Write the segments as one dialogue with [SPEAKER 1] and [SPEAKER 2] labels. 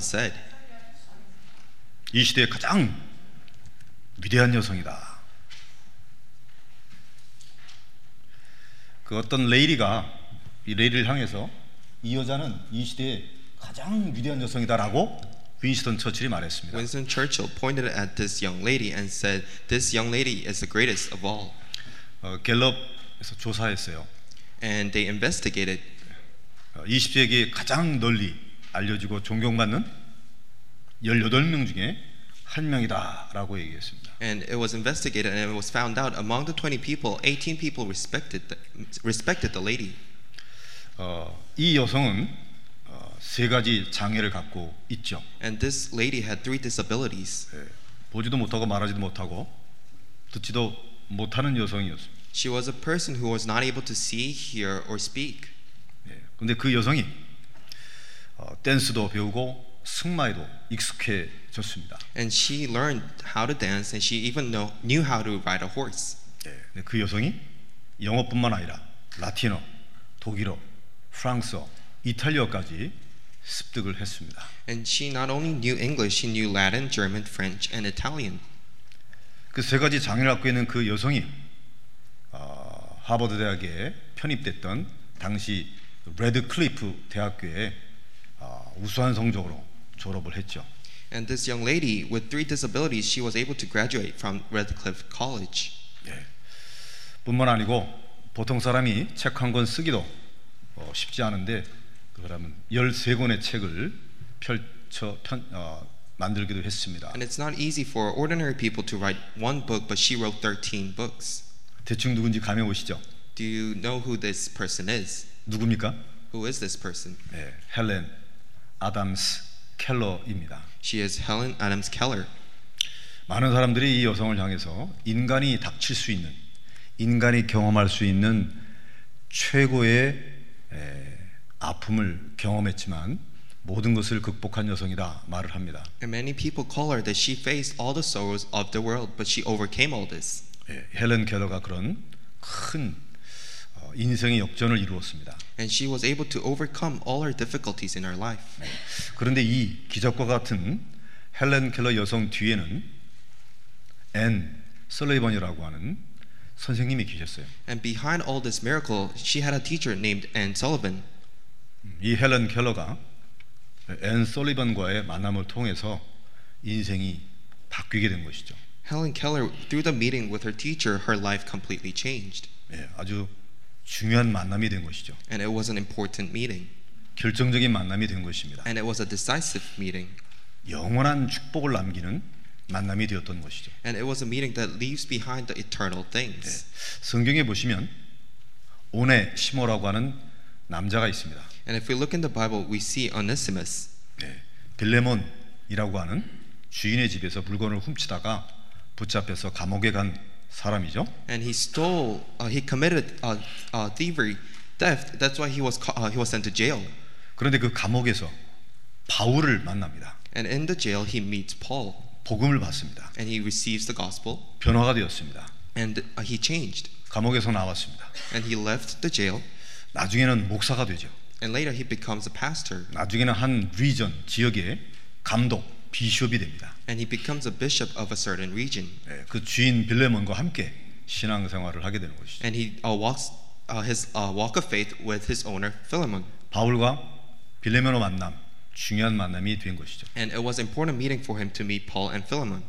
[SPEAKER 1] said, 이 시대의 가장 위대한 여성이다. 그 어떤 레이리가 이 레이리를 향해서 이 여자는 이 시대의 가장 위대한 여성이다라고 윈스턴 처칠이 말했습니다.
[SPEAKER 2] Winston Churchill pointed at this young lady and said, This young lady is the greatest of all.
[SPEAKER 1] 어, 갤럽에서 조사했어요.
[SPEAKER 2] And they investigated
[SPEAKER 1] 어, 20세기 가장 널리 알려지고 존경받는 18명 중에 한 명이다라고 얘기했습니다.
[SPEAKER 2] and it was investigated and it was found out among the 20 people, 18 people respected the, respected the lady.
[SPEAKER 1] 어, 이 여성은 어, 세 가지 장애를 갖고 있죠.
[SPEAKER 2] And this lady had three disabilities.
[SPEAKER 1] 예, 보지도 못하고 말하지도 못하고 듣지도 못하는 여성이었습니다.
[SPEAKER 2] She was a person who was not able to see, hear, or speak.
[SPEAKER 1] 예, 근데 그 여성이 어, 댄스도 배우고 승마에도 익숙해졌습니다.
[SPEAKER 2] And she learned how to dance and she even know, knew how to ride a horse.
[SPEAKER 1] 예, 근데 그 여성이 영어뿐만 아니라 라틴어, 독일어, 프랑스어, 이탈리아까지 습득을 했습니다.
[SPEAKER 2] And she not only knew English, she knew Latin, German, French, and Italian.
[SPEAKER 1] 그 세 가지 장애를 갖고 있는 그 여성이 어, 하버드 대학에 편입됐던 당시 레드클리프 대학교에 어, 우수한 성적으로 졸업을 했죠.
[SPEAKER 2] And this young lady with three disabilities, she was able to graduate from Redcliffe College.
[SPEAKER 1] 예. 뿐만 아니고 보통 사람이 책 한 권 쓰기도 어, 쉽지 않은데 그 사람은 13권의 책을 펼쳐 편, 어, 만들기도 했습니다.
[SPEAKER 2] And it's not easy for ordinary people to write one book, but she wrote 13 books.
[SPEAKER 1] 대충 누군지 감이 오시죠?
[SPEAKER 2] Do you know who this person is?
[SPEAKER 1] 누굽니까?
[SPEAKER 2] Who is this person?
[SPEAKER 1] 예, 헬렌 아담스 켈러입니다.
[SPEAKER 2] She is Helen Adams Keller.
[SPEAKER 1] 많은 사람들이 이 여성을 향해서 인간이 닥칠 수 있는 인간이 경험할 수 있는 최고의 에, 아픔을 경험했지만 모든 것을 극복한 여성이다 말을 합니다.
[SPEAKER 2] And many people call her that she faced all the sorrows of the world, but she overcame all this.
[SPEAKER 1] 예, 헬렌 켈러가 그런 큰 어, 인생의 역전을 이루었습니다.
[SPEAKER 2] And she was able to overcome all her difficulties in her life.
[SPEAKER 1] 그런데 이 기적과 같은 헬렌 켈러 여성 뒤에는 앤 설레이번이라고 하는 선생님이 계셨어요.
[SPEAKER 2] And behind all this miracle, she had a teacher named Anne Sullivan.
[SPEAKER 1] 이 헬렌 켈러가 앤 솔리번과의 만남을 통해서 인생이 바뀌게 된 것이죠.
[SPEAKER 2] Helen Keller, through the meeting with her teacher, her life completely changed.
[SPEAKER 1] 예, 아주 중요한 만남이 된 것이죠.
[SPEAKER 2] And it was an important meeting.
[SPEAKER 1] 결정적인 만남이 된 것입니다.
[SPEAKER 2] And it was a decisive meeting.
[SPEAKER 1] 영원한 축복을 남기는 만남이 되었던 것이죠.
[SPEAKER 2] And it was a meeting that leaves behind the eternal
[SPEAKER 1] 예,
[SPEAKER 2] things.
[SPEAKER 1] 성경에 보시면 온에 시모라고 하는 남자가 있습니다.
[SPEAKER 2] And if we look in the Bible, we see Onesimus.
[SPEAKER 1] 예, 빌레몬이라고 하는 주인의 집에서 물건을 훔치다가 붙잡혀서 감옥에 간 사람이죠.
[SPEAKER 2] And he stole, uh, he committed uh, uh, thievery, theft. That's why he was, ca- uh, he was sent to jail.
[SPEAKER 1] 그런데 그 감옥에서 바울을 만납니다.
[SPEAKER 2] And in the jail, he meets Paul.
[SPEAKER 1] 복음을 받습니다.
[SPEAKER 2] And he receives the gospel.
[SPEAKER 1] 변화가 되었습니다.
[SPEAKER 2] And uh, he changed.
[SPEAKER 1] 감옥에서 나왔습니다.
[SPEAKER 2] And he left the jail.
[SPEAKER 1] 나중에는 목사가 되죠.
[SPEAKER 2] And later, he becomes a pastor.
[SPEAKER 1] 나중에는 한 리전 지역의 감독 비숍이 됩니다.
[SPEAKER 2] And he becomes a bishop of a certain region.
[SPEAKER 1] 예, 그 주인 빌레몬과 함께 신앙생활을 하게 되는 것이죠.
[SPEAKER 2] and he uh, walks uh, his uh, walk of faith with his owner Philemon.
[SPEAKER 1] 바울과 빌레몬의 만남 중요한 만남이 된 것이죠.
[SPEAKER 2] And it was an important meeting for him to meet Paul and Philemon.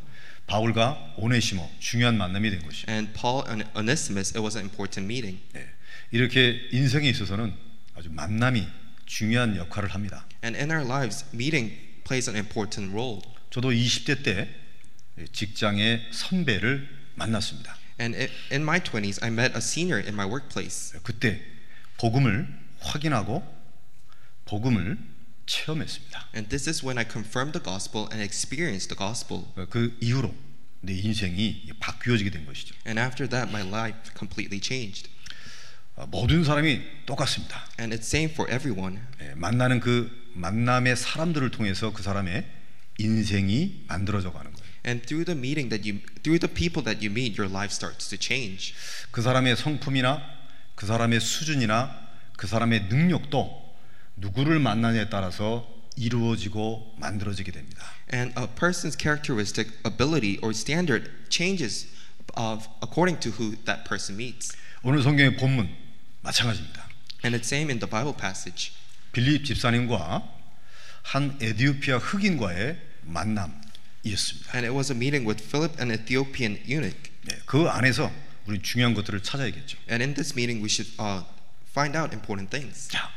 [SPEAKER 1] 바울과 오네시모 중요한 만남이 된 것이죠.
[SPEAKER 2] And Paul and Onesimus, it was an important meeting.
[SPEAKER 1] 예, 이렇게 인생에 있어서는 아주 만남이 중요한 역할을 합니다.
[SPEAKER 2] And in our lives, meeting plays an important role.
[SPEAKER 1] 저도 20대 때 네, 직장의 선배를 만났습니다.
[SPEAKER 2] And i in my 20s, I met a senior in my workplace.
[SPEAKER 1] 그때 복음을 확인하고 복음을 체험했습니다.
[SPEAKER 2] And this is when I confirmed the gospel and experienced the gospel.
[SPEAKER 1] 그 이후로 내 인생이 바뀌어지게 된 것이죠.
[SPEAKER 2] And after that, my life completely changed.
[SPEAKER 1] 어, 모든 사람이 똑같습니다.
[SPEAKER 2] And it's same for everyone.
[SPEAKER 1] 예, 만나는 그 만남의 사람들을 통해서 그 사람의 인생이 만들어져 가는 거예요.
[SPEAKER 2] And through the meeting that you, through the people that you meet, your life starts to change.
[SPEAKER 1] 그 사람의 성품이나 그 사람의 수준이나 그 사람의 능력도 누구를 만나냐에 따라서 이루어지고 만들어지게 됩니다.
[SPEAKER 2] And a person's characteristic, ability, or standard changes of, according to who that person meets.
[SPEAKER 1] 오늘 성경의 본문 마찬가지입니다.
[SPEAKER 2] And it's same in the Bible passage.
[SPEAKER 1] 빌립 집사님과 한 에디오피아 흑인과의 만남이었습니다.
[SPEAKER 2] And it was a meeting with Philip, an Ethiopian eunuch.
[SPEAKER 1] 네, 그 안에서 우리 중요한 것들을 찾아야겠죠.
[SPEAKER 2] And in this meeting, we should uh, find out important things.
[SPEAKER 1] 자,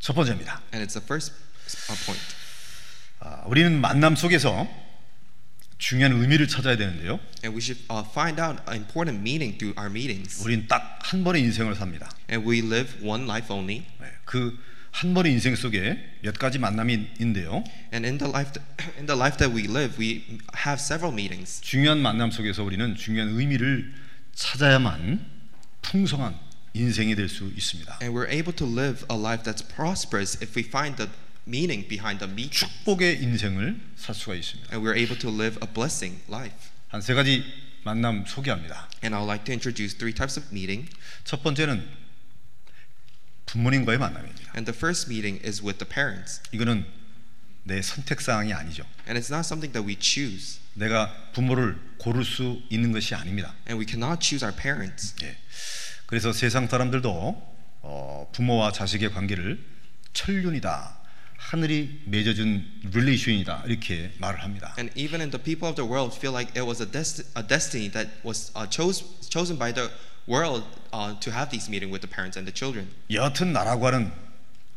[SPEAKER 1] 첫 번째입니다.
[SPEAKER 2] And it's the first uh, point.
[SPEAKER 1] 아, 우리는 만남 속에서 중요한 의미를 찾아야 되는데요.
[SPEAKER 2] And we should uh, find out an important meaning through our meetings.
[SPEAKER 1] 우린 딱 한 번의 인생을 삽니다.
[SPEAKER 2] And we live one life only.
[SPEAKER 1] 그 한 번의 인생 속에 몇 가지 만남이 있는데요.
[SPEAKER 2] And in the life, th- in the life that we live, we have several meetings.
[SPEAKER 1] 중요한 만남 속에서 우리는 중요한 의미를 찾아야만 풍성한 인생이 될 수 있습니다.
[SPEAKER 2] And we're able to live a life that's prosperous if we find the meaning behind the meeting.
[SPEAKER 1] 축복의 인생을 살 수가 있습니다.
[SPEAKER 2] And we're able to live a blessing life.
[SPEAKER 1] 한 세 가지 만남 소개합니다.
[SPEAKER 2] And I'd like to introduce three types of meeting.
[SPEAKER 1] 첫 번째는 부모님과의 만남입니다.
[SPEAKER 2] And the first meeting is with the parents.
[SPEAKER 1] 이거는 내 선택 사항이 아니죠.
[SPEAKER 2] And it's not something that we choose.
[SPEAKER 1] 내가 부모를 고를 수 있는 것이 아닙니다.
[SPEAKER 2] And we cannot choose our parents.
[SPEAKER 1] 예. 그래서 세상 사람들도 어, 부모와 자식의 관계를 천륜이다. 하늘이 맺어준 릴레이션이다. 이렇게 말을 합니다.
[SPEAKER 2] And even in the people of the world feel like it was a, desti- a destiny that was uh, chose- chosen by the world uh, to have these meeting with the parents and the children.
[SPEAKER 1] 여하튼 나라고 하는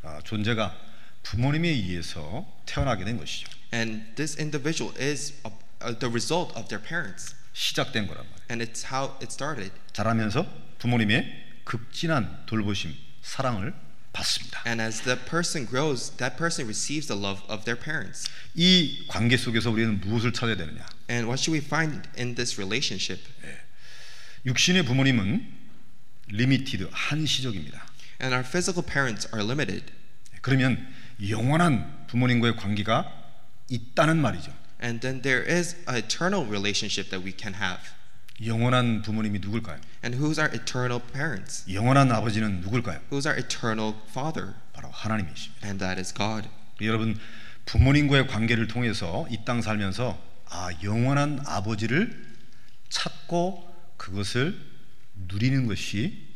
[SPEAKER 1] 어, 존재가 부모님에 의해서 태어나게 된 것이죠.
[SPEAKER 2] And this individual is a, uh the result of their parents.
[SPEAKER 1] 시작된 거란 말이에요.
[SPEAKER 2] And it's how it started.
[SPEAKER 1] 자라면서 부모님의 극진한 돌보심, 사랑을 받습니다.
[SPEAKER 2] And as the person grows, that person receives the love of their parents.
[SPEAKER 1] 이 관계 속에서 우리는 무엇을 찾아야 되느냐?
[SPEAKER 2] And what should we find in this relationship?
[SPEAKER 1] 육신의 부모님은 리미티드, 한시적입니다.
[SPEAKER 2] And our physical parents are limited.
[SPEAKER 1] 그러면 영원한 부모님과의 관계가 있다는 말이죠.
[SPEAKER 2] And then there is an eternal relationship that we can have.
[SPEAKER 1] 영원한 부모님이 누굴까요?
[SPEAKER 2] And who's our eternal parents?
[SPEAKER 1] 영원한 아버지는 누굴까요?
[SPEAKER 2] Who's our eternal father?
[SPEAKER 1] 바로 하나님이십니다.
[SPEAKER 2] And that is God.
[SPEAKER 1] 여러분 부모님과의 관계를 통해서 이 땅 살면서 아 영원한 아버지를 찾고 그것을 누리는 것이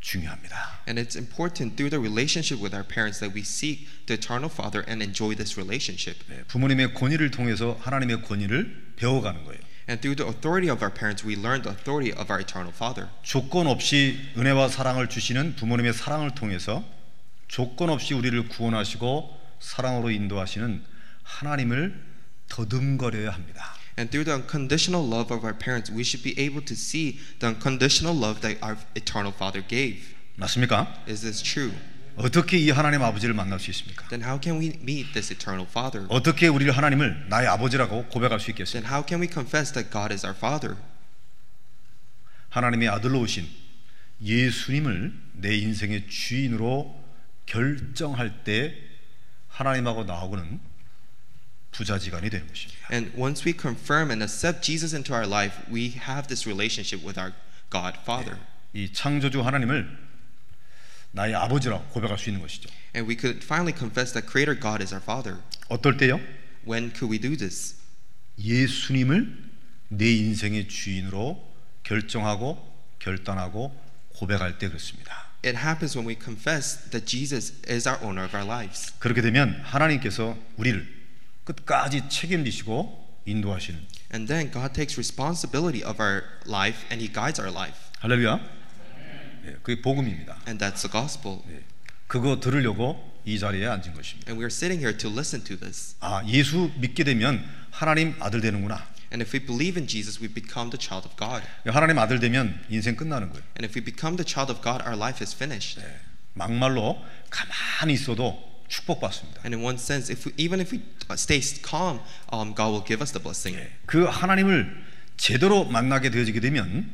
[SPEAKER 1] 중요합니다.
[SPEAKER 2] And it's important through the relationship with our parents that we seek the eternal father and enjoy this relationship.
[SPEAKER 1] 네, 부모님의 권위를 통해서 하나님의 권위를 배워가는 거예요.
[SPEAKER 2] And through the authority of our parents, we learn the authority of our eternal father.
[SPEAKER 1] 조건 없이 은혜와 사랑을 주시는 부모님의 사랑을 통해서 조건 없이 우리를 구원하시고 사랑으로 인도하시는 하나님을 더듬거려야 합니다.
[SPEAKER 2] And through the unconditional love of our parents, we should be able to see the unconditional love that our eternal father gave.
[SPEAKER 1] 맞습니까?
[SPEAKER 2] Is this true?
[SPEAKER 1] 어떻게 이 하나님 아버지를 만날 수 있습니까?
[SPEAKER 2] Then how can we meet this eternal father?
[SPEAKER 1] 어떻게 우리를 하나님을 나의 아버지라고 고백할 수 있겠어요?
[SPEAKER 2] Then how can we confess that God is our father?
[SPEAKER 1] 하나님의 아들로 오신 예수님을 내 인생의 주인으로 결정할 때 하나님하고 나하고는 부자지간이 되는 것입니다.
[SPEAKER 2] And once we confirm and accept Jesus into our life, we have this relationship with our God Father.
[SPEAKER 1] 이 창조주 하나님을 나의 아버지라고 고백할 수 있는 것이죠.
[SPEAKER 2] And we could finally confess that Creator God is our Father.
[SPEAKER 1] 어떨 때요?
[SPEAKER 2] When could we do this?
[SPEAKER 1] 예수님을 내 인생의 주인으로 결정하고 결단하고 고백할 때 그렇습니다.
[SPEAKER 2] It happens when we confess that Jesus is our owner of our lives.
[SPEAKER 1] 그렇게 되면 하나님께서 우리를 끝까지 책임지시고 인도하시는
[SPEAKER 2] And then God takes responsibility of our life and He guides our life.
[SPEAKER 1] 할렐루야. 예, 그게 복음입니다.
[SPEAKER 2] And that's the gospel.
[SPEAKER 1] 예, 그거 들으려고 이 자리에 앉은 것입니다.
[SPEAKER 2] And we are sitting here to listen to this.
[SPEAKER 1] 아, 예수 믿게 되면 하나님 아들 되는구나.
[SPEAKER 2] And if we believe in Jesus, we become the child of God.
[SPEAKER 1] 하나님 아들 되면 인생 끝나는 거예요.
[SPEAKER 2] And if we become the child of God, our life is finished.
[SPEAKER 1] 예, 막말로 가만히 있어도 축복받습니다.
[SPEAKER 2] And in one sense, if we, even if we stay calm, um, God will give us the blessing.
[SPEAKER 1] 예, 그 하나님을 제대로 만나게 되어지게 되면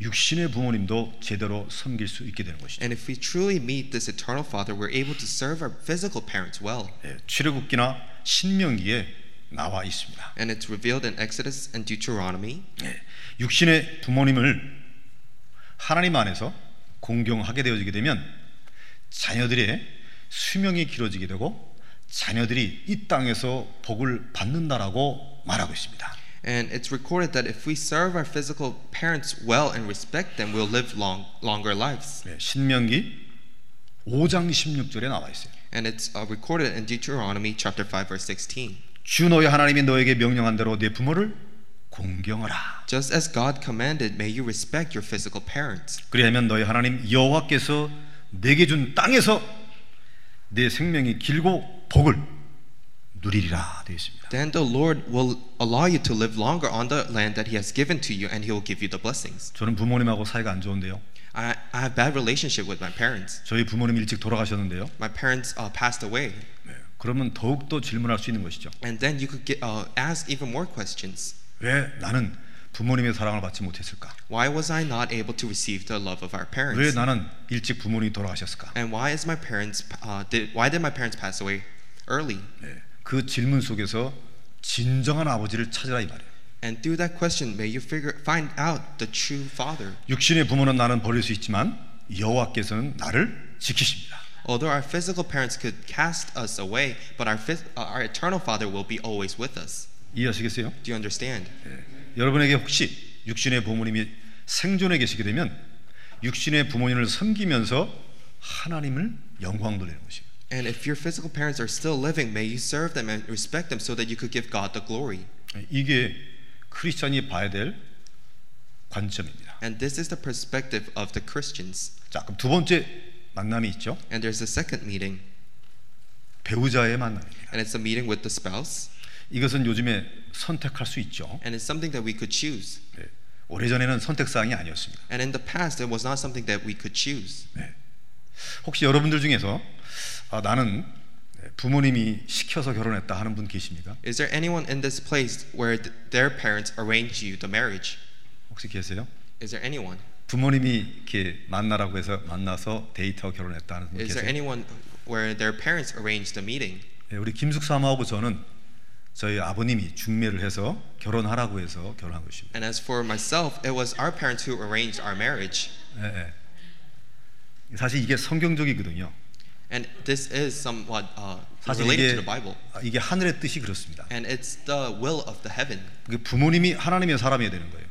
[SPEAKER 1] 육신의 부모님도 제대로 섬길 수 있게 되는 것이죠.
[SPEAKER 2] And if we truly meet this eternal Father, we're able to serve our physical parents well.
[SPEAKER 1] 예, 출애굽기나 신명기에 나와 있습니다.
[SPEAKER 2] And it's revealed in Exodus and Deuteronomy.
[SPEAKER 1] 예, 육신의 부모님을 하나님 안에서 공경하게 되어지게 되면 자녀들의 수명이 길어지게 되고 자녀들이 이 땅에서 복을 받는다라고 말하고 있습니다.
[SPEAKER 2] And it's recorded that if we serve our physical parents well and respect them, we'll live long, longer lives.
[SPEAKER 1] 네, 신명기 5장 16절에 나와 있어요.
[SPEAKER 2] And it's uh, recorded in Deuteronomy chapter 5 verse 16.
[SPEAKER 1] 주 너의 하나님이 너에게 명령한 대로 내 부모를 공경하라.
[SPEAKER 2] Just as God commanded, may you respect your physical parents.
[SPEAKER 1] 그리하면 너의 하나님 여호와께서 내게 준 땅에서 내 생명이 길고 복을 누리리라 되어 있습니다.
[SPEAKER 2] Then the Lord will allow you to live longer on the land that He has given to you, and He will give you the blessings.
[SPEAKER 1] 저는 부모님하고 사이가 안 좋은데요.
[SPEAKER 2] I, I have bad relationship with my parents.
[SPEAKER 1] 저희 부모님 일찍 돌아가셨는데요.
[SPEAKER 2] My parents uh, passed away,
[SPEAKER 1] 네, 그러면 더욱 더 질문할 수 있는 것이죠.
[SPEAKER 2] and then you could get, uh, ask even more questions.
[SPEAKER 1] 왜 나는 부모님의 사랑을 받지 못했을까?
[SPEAKER 2] Why was I not able to receive the love of our
[SPEAKER 1] 왜
[SPEAKER 2] parents?
[SPEAKER 1] 나는 일찍 부모님이 돌아가셨을까?
[SPEAKER 2] And why is my parents uh, did why did my parents pass away early?
[SPEAKER 1] 네, 그 질문 속에서 진정한 아버지를 찾으라 이 말이에요.
[SPEAKER 2] And through that question, may you figure find out the true father.
[SPEAKER 1] 육신의 부모는 나는 버릴 수 있지만 여호와께서는 나를 지키십니다.
[SPEAKER 2] Although our physical parents could cast us away, but our, phys- uh, our eternal Father will be always with us.
[SPEAKER 1] 이해하시겠어요?
[SPEAKER 2] Do you understand?
[SPEAKER 1] 네. 여러분에게 혹시 육신의 부모님이 생존해 계시게 되면 육신의 부모님을 섬기면서 하나님을 영광 돌리는 것이에요.
[SPEAKER 2] And if your physical parents are still living, may you serve them and respect them so that you could give God the glory.
[SPEAKER 1] 네, 이게 크리스천이 봐야 될 관점입니다.
[SPEAKER 2] And this is the perspective of the Christians.
[SPEAKER 1] 자, 그럼 두 번째 만남이 있죠.
[SPEAKER 2] And there's a second meeting,
[SPEAKER 1] 배우자의 만남입니다.
[SPEAKER 2] and it's a meeting with the spouse,
[SPEAKER 1] 이것은 요즘에 선택할 수 있죠.
[SPEAKER 2] and it's something that we could choose.
[SPEAKER 1] 네. 오래전에는 선택 사항이 아니었습니다.
[SPEAKER 2] And in the past, it was not something that we could choose.
[SPEAKER 1] 네. 혹시 여러분들 중에서 아, 나는 네, 부모님이 시켜서 결혼했다 하는 분 계십니까?
[SPEAKER 2] Is there anyone in this place where th- their parents arranged you the marriage?
[SPEAKER 1] 혹시 계세요?
[SPEAKER 2] Is there anyone?
[SPEAKER 1] 부모님이 이렇게 만나라고 해서 만나서 데이트하고 결혼했다 하는 분
[SPEAKER 2] Is there
[SPEAKER 1] 계세요?
[SPEAKER 2] anyone where their parents arranged the meeting?
[SPEAKER 1] 네, 우리 김숙삼하고 저는 저희 아버님이 중매를 해서 결혼하라고 해서 결혼한 것입니다.
[SPEAKER 2] And as for myself, it was our parents who arranged our marriage.
[SPEAKER 1] 예, 예. 사실 이게 성경적이거든요.
[SPEAKER 2] And this is somewhat uh,
[SPEAKER 1] 사실
[SPEAKER 2] related
[SPEAKER 1] 이게,
[SPEAKER 2] to the Bible.
[SPEAKER 1] 아, 이게 하늘의 뜻이 그렇습니다.
[SPEAKER 2] And it's the will of the heaven.
[SPEAKER 1] 그게 부모님이 하나님의 사람이어야 되는 거예요.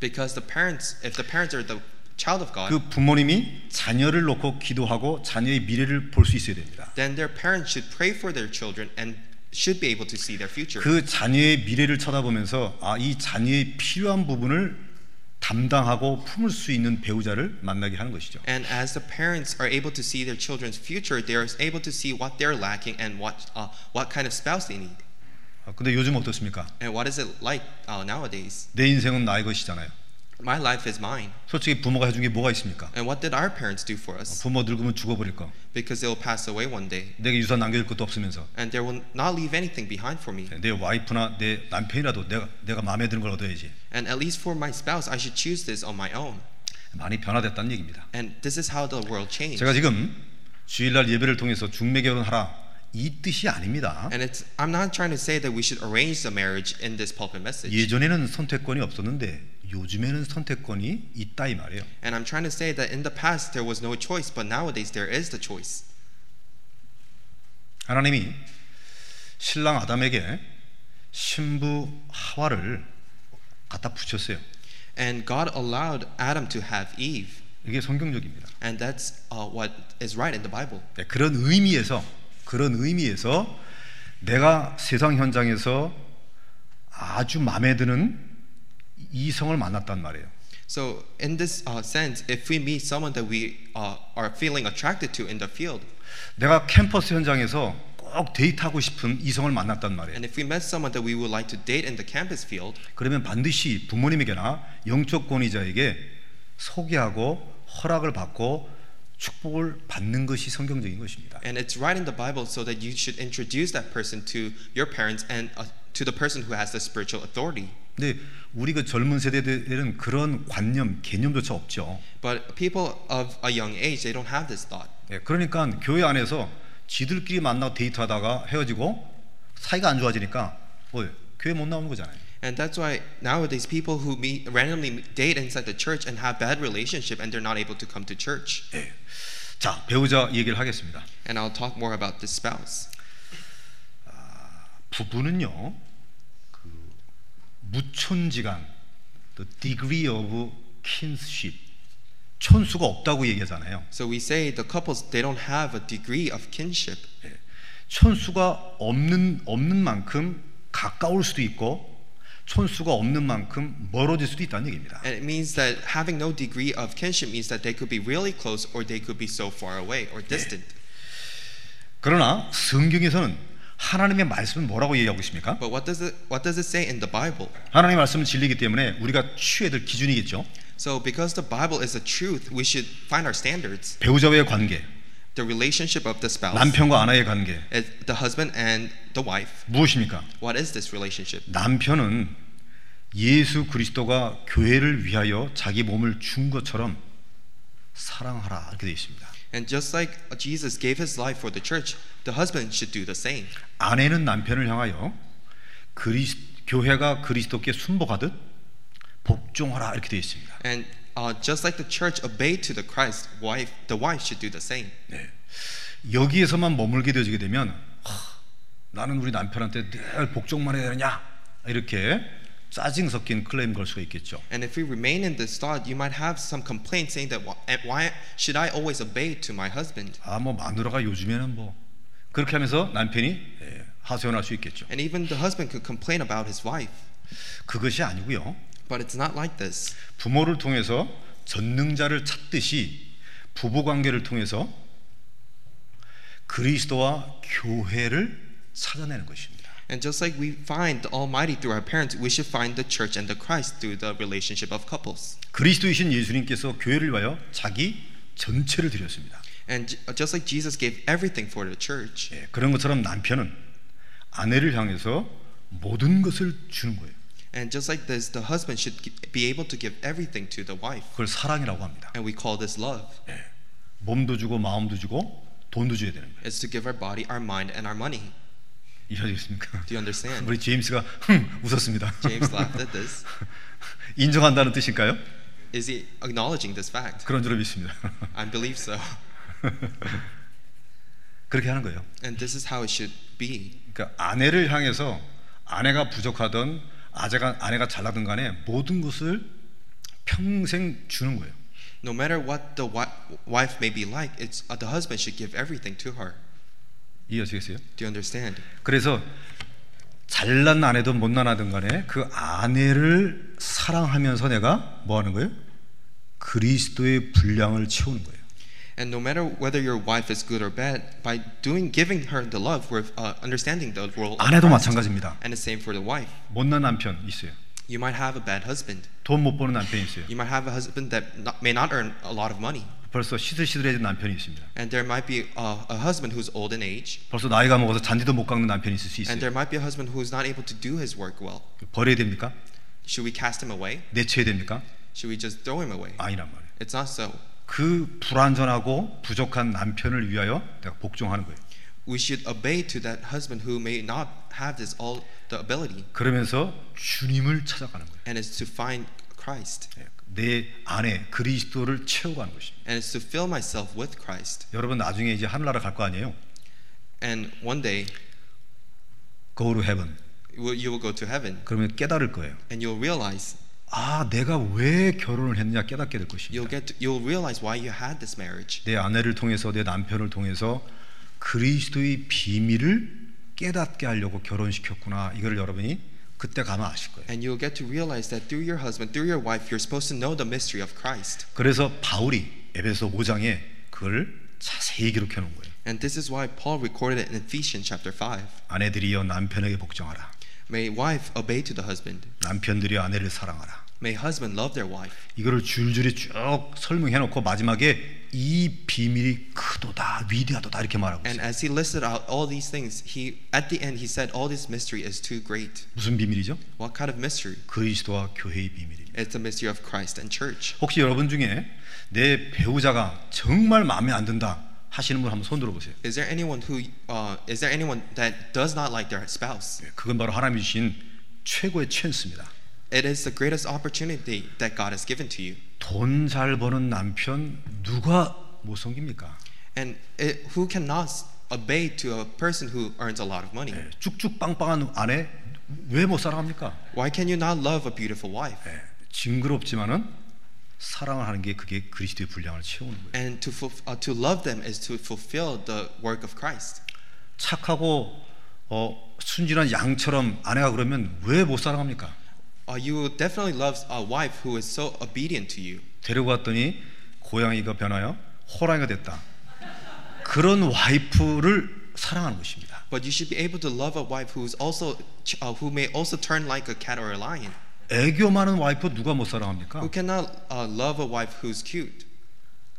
[SPEAKER 2] Because the parents, if the parents are the child of God,
[SPEAKER 1] 그 부모님이 자녀를 놓고 기도하고 자녀의 미래를 볼 수 있어야 됩니다.
[SPEAKER 2] then their parents should pray for their children and should be able to see their future.
[SPEAKER 1] 그 자녀의 미래를 쳐다보면서 아, 이 자녀의 필요한 부분을 담당하고 품을 수 있는 배우자를 만나게 하는 것이죠.
[SPEAKER 2] And as the parents are able to see their children's future, they are able to see what they're lacking and what uh, what kind of spouse they need.
[SPEAKER 1] 아, 근데 요즘 어떻습니까?
[SPEAKER 2] And what is it like uh, nowadays?
[SPEAKER 1] 내 인생은 나의 것이잖아요.
[SPEAKER 2] My life is mine.
[SPEAKER 1] 솔직히 부모가 해준 게 뭐가 있습니까?
[SPEAKER 2] And what did our parents do for us?
[SPEAKER 1] 부모 늙으면 죽어버릴 거.
[SPEAKER 2] Because they will pass away one day,
[SPEAKER 1] 내게 유산 남겨줄 것도 없으면서
[SPEAKER 2] and they will not leave anything behind for me.
[SPEAKER 1] 내 와이프나 내 남편이라도 내가 내가 마음에 드는 걸 얻어야지.
[SPEAKER 2] And at least for my spouse, I should choose this on my own.
[SPEAKER 1] 많이 변화됐다는 얘기입니다.
[SPEAKER 2] And this is how the world changed.
[SPEAKER 1] 제가 지금 주일날 예배를 통해서 중매 결혼하라 이 뜻이 아닙니다.
[SPEAKER 2] And it's I'm not trying to say that we should arrange the marriage in this pulpit message.
[SPEAKER 1] 예전에는 선택권이 없었는데 요즘에는 선택권이 있다 이 말이에요.
[SPEAKER 2] And I'm trying to say that in the past there was no choice, but nowadays there is the choice.
[SPEAKER 1] 하나님이 신랑 아담에게 신부 하와를 갖다 붙였어요.
[SPEAKER 2] And God allowed Adam to have Eve,
[SPEAKER 1] 이게 성경적입니다.
[SPEAKER 2] and that's uh, what is right in the Bible.
[SPEAKER 1] 네, 그런 의미에서 그런 의미에서 내가 세상 현장에서 아주 마음에 드는 이성을 만났단 말이에요.
[SPEAKER 2] So in this uh, sense, if we meet someone that we uh, are feeling attracted to in the field,
[SPEAKER 1] 내가 캠퍼스 현장에서 꼭 데이트하고 싶은 이성을 만났단 말이에요.
[SPEAKER 2] and if we met someone that we would like to date in the campus field,
[SPEAKER 1] 그러면 반드시 부모님에게나 영적 권위자에게 소개하고 허락을 받고 축복을 받는 것이 성경적인 것입니다.
[SPEAKER 2] and it's right in the Bible so that you should introduce that person to your parents and uh, to the person who has the spiritual authority.
[SPEAKER 1] 근데 우리 그 젊은 세대들은 그런 관념, 개념조차 없죠.
[SPEAKER 2] But people of a young age, they don't have this thought.
[SPEAKER 1] 예, 그러니까 교회 안에서 지들끼리 만나고 데이트하다가 헤어지고 사이가 안 좋아지니까 뭐 교회 못 나오는 거잖아요.
[SPEAKER 2] And that's why nowadays people who meet randomly date inside the church and have bad relationship and they're not able to come to church.
[SPEAKER 1] 예. 자 배우자 얘기를 하겠습니다.
[SPEAKER 2] And I'll talk more about this spouse.
[SPEAKER 1] 부부는요, 그 무촌지간, the degree of kinship, 천수가 없다고 얘기하잖아요.
[SPEAKER 2] So we say the couples they don't have a degree of kinship.
[SPEAKER 1] 천수가 없는 없는 만큼 가까울 수도 있고, 천수가 없는 만큼 멀어질 수도 있다는 얘기입니다.
[SPEAKER 2] And it means that having no degree of kinship means that they could be really close or they could be so far away or distant.
[SPEAKER 1] 그러나 성경에서는 하나님의 말씀은 뭐라고 얘기하고 있습니까?
[SPEAKER 2] But what does it what does it say in the Bible?
[SPEAKER 1] 하나님의 말씀은 진리이기 때문에 우리가 취해야 될 기준이겠죠.
[SPEAKER 2] So because the Bible is a truth, we should find our standards.
[SPEAKER 1] 배우자와의 관계,
[SPEAKER 2] The relationship of the spouse,
[SPEAKER 1] 남편과 아내의 관계
[SPEAKER 2] it- the husband and the wife.
[SPEAKER 1] 무엇입니까?
[SPEAKER 2] What is this relationship?
[SPEAKER 1] 남편은 예수 그리스도가 교회를 위하여 자기 몸을 준 것처럼 사랑하라 이렇게 되어 있습니다.
[SPEAKER 2] And just like Jesus gave his life for the church, the husband should do the same.
[SPEAKER 1] 아내는 남편을 향하여 그리스, 교회가 그리스도께 순복하듯 복종하라 이렇게 되어 있습니다.
[SPEAKER 2] And uh, just like the church obeyed to the Christ, wife, the wife should do the same.
[SPEAKER 1] 네. 여기에서만 머물게 되어지게 되면 하, 나는 우리 남편한테 늘 복종만 해야 되느냐 이렇게 짜증 섞인 클레임 걸 수가 있겠죠.
[SPEAKER 2] And if we remain in this thought, you might have some complaint saying that "Why- eh, why should I always obey to my husband?
[SPEAKER 1] 아 뭐 마누라가 요즘에는 뭐 그렇게 하면서 남편이 예, 하소연할 수 있겠죠.
[SPEAKER 2] And even the husband could complain about his wife.
[SPEAKER 1] 그것이 아니고요.
[SPEAKER 2] But it's not like this.
[SPEAKER 1] 부모를 통해서 전능자를 찾듯이 부부 관계를 통해서 그리스도와 교회를 찾아내는 것입니다.
[SPEAKER 2] And just like we find the Almighty through our parents, we should find the church and the Christ through the relationship of couples.
[SPEAKER 1] 그리스도이신 예수님께서 교회를 위하여 자기 전체를 드렸습니다.
[SPEAKER 2] And j- uh, just like Jesus gave everything for the church,
[SPEAKER 1] 예, 그런 것처럼 남편은 아내를 향해서 모든 것을 주는 거예요.
[SPEAKER 2] and just like this, the husband should gi- be able to give everything to the wife.
[SPEAKER 1] 그걸 사랑이라고 합니다. 예,
[SPEAKER 2] And we call this love.
[SPEAKER 1] 몸도 주고 마음도 주고 돈도 줘야 되는 거예요.
[SPEAKER 2] It's to give our body, our mind, and our money.
[SPEAKER 1] 이해하시겠습니까?
[SPEAKER 2] Do you understand?
[SPEAKER 1] 우리 제임스가 흥 웃었습니다.
[SPEAKER 2] James laughed at this.
[SPEAKER 1] 인정한다는 뜻일까요?
[SPEAKER 2] Is he acknowledging this fact?
[SPEAKER 1] 그런 줄로 믿습니다.
[SPEAKER 2] I believe so.
[SPEAKER 1] 그렇게 하는 거예요.
[SPEAKER 2] And this is how it should be.
[SPEAKER 1] 그러니까 아내를 향해서 아내가 부족하던 아재가 아내가 잘나든 간에 모든 것을 평생 주는 거예요.
[SPEAKER 2] No matter what the wi- wife may be like, it's uh, the husband should give everything to her.
[SPEAKER 1] 이해하시겠어요?
[SPEAKER 2] Do you understand?
[SPEAKER 1] 그래서 잘난 아내든 못난 아든 간에 그 아내를 사랑하면서 내가 뭐 하는 거예요? 그리스도의 분량을 채우는 거예요.
[SPEAKER 2] And no matter whether your wife is good or bad, by doing giving her the love, we're uh, understanding the role. of
[SPEAKER 1] 아내도
[SPEAKER 2] Christ.
[SPEAKER 1] 마찬가지입니다.
[SPEAKER 2] And the same for the wife.
[SPEAKER 1] 못난 남편 있어요.
[SPEAKER 2] You might have a bad husband.
[SPEAKER 1] 돈 못 버는 남편이 있어요.
[SPEAKER 2] You might have a husband that not, may not earn a lot of money,
[SPEAKER 1] 벌써 시들시들해진 남편이 있습니다.
[SPEAKER 2] and there might be uh, a husband who's old in age,
[SPEAKER 1] 벌써 나이가 먹어서 잔디도 못 깎는 남편이 있을 수
[SPEAKER 2] and
[SPEAKER 1] 있어요.
[SPEAKER 2] there might be a husband who's not able to do his work well.
[SPEAKER 1] 버려야 됩니까?
[SPEAKER 2] Should we cast him away?
[SPEAKER 1] 내쳐야 됩니까?
[SPEAKER 2] Should we just throw him away?
[SPEAKER 1] 아니란 말이에요.
[SPEAKER 2] It's not so.
[SPEAKER 1] 그 불완전하고 부족한 남편을 위하여 내가 복종하는 거예요.
[SPEAKER 2] We should obey to that husband who may not have this all the ability,
[SPEAKER 1] 그러면서 주님을 찾아가는 거예요.
[SPEAKER 2] and it's to find Christ,
[SPEAKER 1] 예, 내 안에 그리스도를 채워가는 것입니다.
[SPEAKER 2] and it's to fill myself with Christ.
[SPEAKER 1] 여러분 나중에 이제 하늘나라 갈 거 아니에요?
[SPEAKER 2] And one day
[SPEAKER 1] Go to heaven.
[SPEAKER 2] you will- you will go to heaven,
[SPEAKER 1] 그러면 깨달을 거예요.
[SPEAKER 2] and you'll realize
[SPEAKER 1] 아, 내가 왜 결혼을 했느냐 깨닫게 될
[SPEAKER 2] you'll
[SPEAKER 1] 것입니다.
[SPEAKER 2] get to- you'll realize why you had this marriage.
[SPEAKER 1] 내 아내를 통해서 내 남편을 통해서 그리스도의 비밀을 깨닫게 하려고 결혼시켰구나. 이걸 여러분이 그때 가면 아실 거예요.
[SPEAKER 2] And you'll get to realize that through your husband, through your wife, you're supposed to know the mystery of Christ.
[SPEAKER 1] 그래서 바울이 에베소 5장에 그걸 자세히 기록해 놓은 거예요.
[SPEAKER 2] And this is why Paul recorded it in Ephesians chapter 5.
[SPEAKER 1] 아내들이여 남편에게 복종하라.
[SPEAKER 2] May wife obey to the husband.
[SPEAKER 1] 남편들이여 아내를 사랑하라.
[SPEAKER 2] May husband love their wife.
[SPEAKER 1] 이거를 줄줄이 쭉 설명해 놓고 마지막에 이 비밀이 크도다 위대하도다 이렇게 말하고
[SPEAKER 2] And
[SPEAKER 1] 있어요.
[SPEAKER 2] as he listed out all these things, he at the end he said all this mystery is too great.
[SPEAKER 1] 무슨 비밀이죠?
[SPEAKER 2] What kind of mystery?
[SPEAKER 1] 그리스도와 교회의 비밀입니다.
[SPEAKER 2] It's the mystery of Christ and church.
[SPEAKER 1] 혹시 여러분 중에 내 배우자가 정말 마음에 안 든다 하시는 분 한번 손 들어보세요.
[SPEAKER 2] Is there anyone who uh, is there anyone that does not like their spouse?
[SPEAKER 1] 네, 그건 바로 하나님이 주신 최고의 찬스입니다.
[SPEAKER 2] It is the greatest opportunity that God has given to you.
[SPEAKER 1] 돈 잘 버는 남편 누가 못 섬깁니까?
[SPEAKER 2] And it, who cannot obey to a person who earns a lot of money?
[SPEAKER 1] 예, 쭉쭉 빵빵한 아내 왜 못 사랑합니까?
[SPEAKER 2] Why can you not love a beautiful wife?
[SPEAKER 1] 예, 징그럽지만은 사랑을 하는 게 그게 그리스도의 분량을 채우는 거예요.
[SPEAKER 2] And to fulf- uh, to love them is to fulfill the work of Christ.
[SPEAKER 1] 착하고 어, 순진한 양처럼 아내가 그러면 왜 못 사랑합니까?
[SPEAKER 2] Uh, you will definitely love a wife who is so obedient to you.
[SPEAKER 1] 데리고 갔더니 고양이가 변하여 호랑이가 됐다. 그런 와이프를 사랑하는 것입니다.
[SPEAKER 2] But you should be able to love a wife who is also ch- uh, who may also turn like a cat or a lion.
[SPEAKER 1] 애교 많은 와이프 누가 못 사랑합니까?
[SPEAKER 2] Who cannot uh, love a wife who's cute?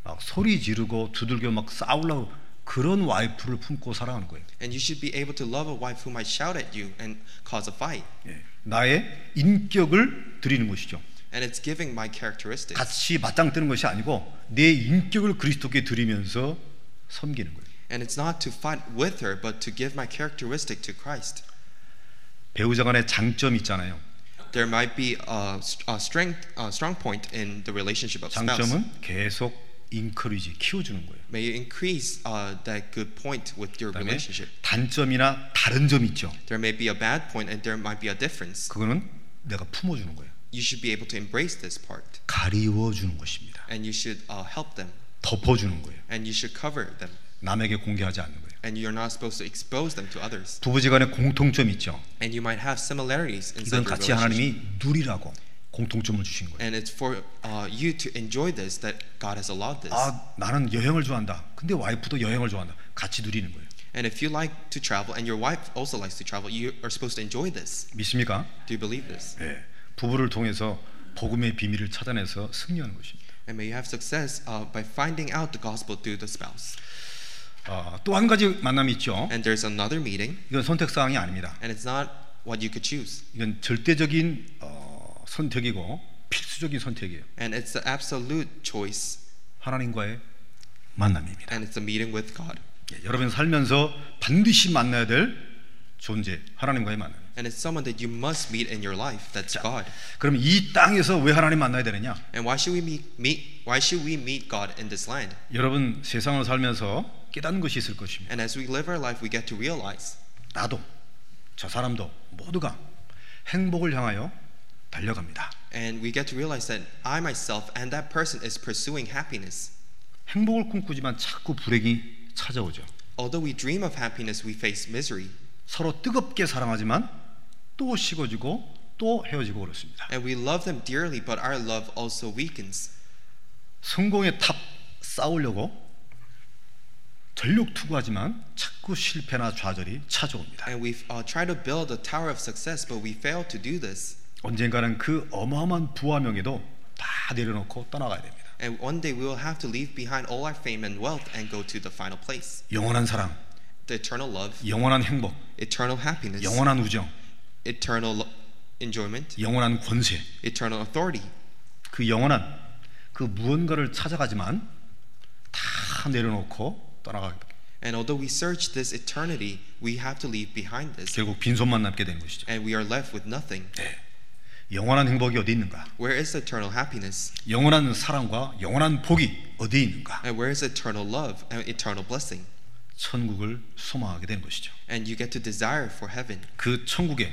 [SPEAKER 1] 막 소리 지르고 두들겨 막 싸우려고 그런 와이프를 품고 사랑하는 거예요.
[SPEAKER 2] And you should be able to love a wife who might shout at you and cause a fight.
[SPEAKER 1] 예, 나의 인격을 드리는 것이죠.
[SPEAKER 2] And it's giving my characteristics.
[SPEAKER 1] 같이 맞짱 뜨는 것이 아니고 내 인격을 그리스도께 드리면서 섬기는 거예요.
[SPEAKER 2] And it's not to fight with her, but to give my characteristic to Christ.
[SPEAKER 1] 배우자 간의 장점이 있잖아요.
[SPEAKER 2] There might be a, st- a strength, a strong point in the relationship of spouse.
[SPEAKER 1] 장점은 계속 인커리지 키워주는 거예요.
[SPEAKER 2] May you increase uh, that good point with your
[SPEAKER 1] 그다음에
[SPEAKER 2] relationship.
[SPEAKER 1] 단점이나 다른 점이 있죠.
[SPEAKER 2] There may be a bad point and there might be a difference.
[SPEAKER 1] 그거는 내가 품어주는 거예요.
[SPEAKER 2] You should be able to embrace this part
[SPEAKER 1] 가리워주는 것입니다.
[SPEAKER 2] and you should uh, help them
[SPEAKER 1] 덮어주는 거예요.
[SPEAKER 2] and you should cover them
[SPEAKER 1] 남에게 공개하지 않는 거예요.
[SPEAKER 2] and you're not supposed to expose them to others.
[SPEAKER 1] 부부지간의 공통점이 있죠.
[SPEAKER 2] And you might have similarities in some
[SPEAKER 1] 이건 같이
[SPEAKER 2] relationship.
[SPEAKER 1] 하나님이 누리라고 공통점을 주신 거예요.
[SPEAKER 2] And it's for uh, you to enjoy this that God has allowed this.
[SPEAKER 1] 아 나는 여행을 좋아한다. 근데 와이프도 여행을 좋아한다. 같이 누리는 거예요.
[SPEAKER 2] And if you like to travel and your wife also likes to travel, you are supposed to enjoy this.
[SPEAKER 1] 믿습니까?
[SPEAKER 2] Do you believe this?
[SPEAKER 1] 예. 부부를 통해서 복음의 비밀을 찾아내서 승리하는 것입니다.
[SPEAKER 2] And may you have success uh, by finding out the gospel through the spouse.
[SPEAKER 1] 아, 또 한 가지 만남이 있죠.
[SPEAKER 2] And there's another meeting,
[SPEAKER 1] 이건 선택 사항이 아닙니다.
[SPEAKER 2] and it's not what you could choose.
[SPEAKER 1] 이건 절대적인 어, 선택이고 필수적인 선택이에요.
[SPEAKER 2] And it's the absolute choice,
[SPEAKER 1] 하나님과의 만남입니다.
[SPEAKER 2] and it's a meeting with God.
[SPEAKER 1] 예, 여러분 살면서 반드시 만나야 될 존재 하나님과의 만남.
[SPEAKER 2] And it's someone that you must meet in your life. That's God.
[SPEAKER 1] 그럼 이 땅에서 왜 하나님 만나야 되느냐?
[SPEAKER 2] And why should we meet, meet? Why should we meet God in this land?
[SPEAKER 1] 여러분 세상을 살면서 깨닫는 것이 있을 것입니다.
[SPEAKER 2] And as we live our life, we get to realize
[SPEAKER 1] 나도 저 사람도 모두가 행복을 향하여 달려갑니다.
[SPEAKER 2] And we get to realize that I myself and that person is pursuing happiness.
[SPEAKER 1] 행복을 꿈꾸지만 자꾸 불행이 찾아오죠.
[SPEAKER 2] Although we dream of happiness, we face misery.
[SPEAKER 1] 서로 뜨겁게 사랑하지만 또 식어지고 또 헤어지고 그렇습니다.
[SPEAKER 2] And we love them dearly, but our love also weakens.
[SPEAKER 1] 성공의 탑 싸우려고 전력 투구하지만 자꾸 실패나 좌절이 찾아옵니다.
[SPEAKER 2] And we uh, try to build a tower of success, but we fail to do this.
[SPEAKER 1] 언젠가는 그 어마어마한 부하명예도 다 내려놓고 떠나가야 됩니다.
[SPEAKER 2] And one day we will have to leave behind all our fame and wealth and go to the final place
[SPEAKER 1] 영원한 사랑,
[SPEAKER 2] the eternal love,
[SPEAKER 1] 영원한 행복,
[SPEAKER 2] eternal happiness,
[SPEAKER 1] 영원한 우정,
[SPEAKER 2] eternal lo- enjoyment,
[SPEAKER 1] 영원한 권세,
[SPEAKER 2] eternal authority.
[SPEAKER 1] 그 영원한 그 무언가를 찾아가지만 다 내려놓고 떠나가게 됩니다.
[SPEAKER 2] And although we search this eternity, we have to leave behind this.
[SPEAKER 1] 결국 빈손만 남게 되는 것이죠.
[SPEAKER 2] And we are left with nothing.
[SPEAKER 1] 영원한 행복이 어디 있는가?
[SPEAKER 2] Where is eternal happiness?
[SPEAKER 1] 영원한 사랑과 영원한 복이 어디 있는가?
[SPEAKER 2] And where is eternal love and eternal blessing?
[SPEAKER 1] 천국을 소망하게 되는 것이죠.
[SPEAKER 2] And you get to desire for heaven.
[SPEAKER 1] 그 천국에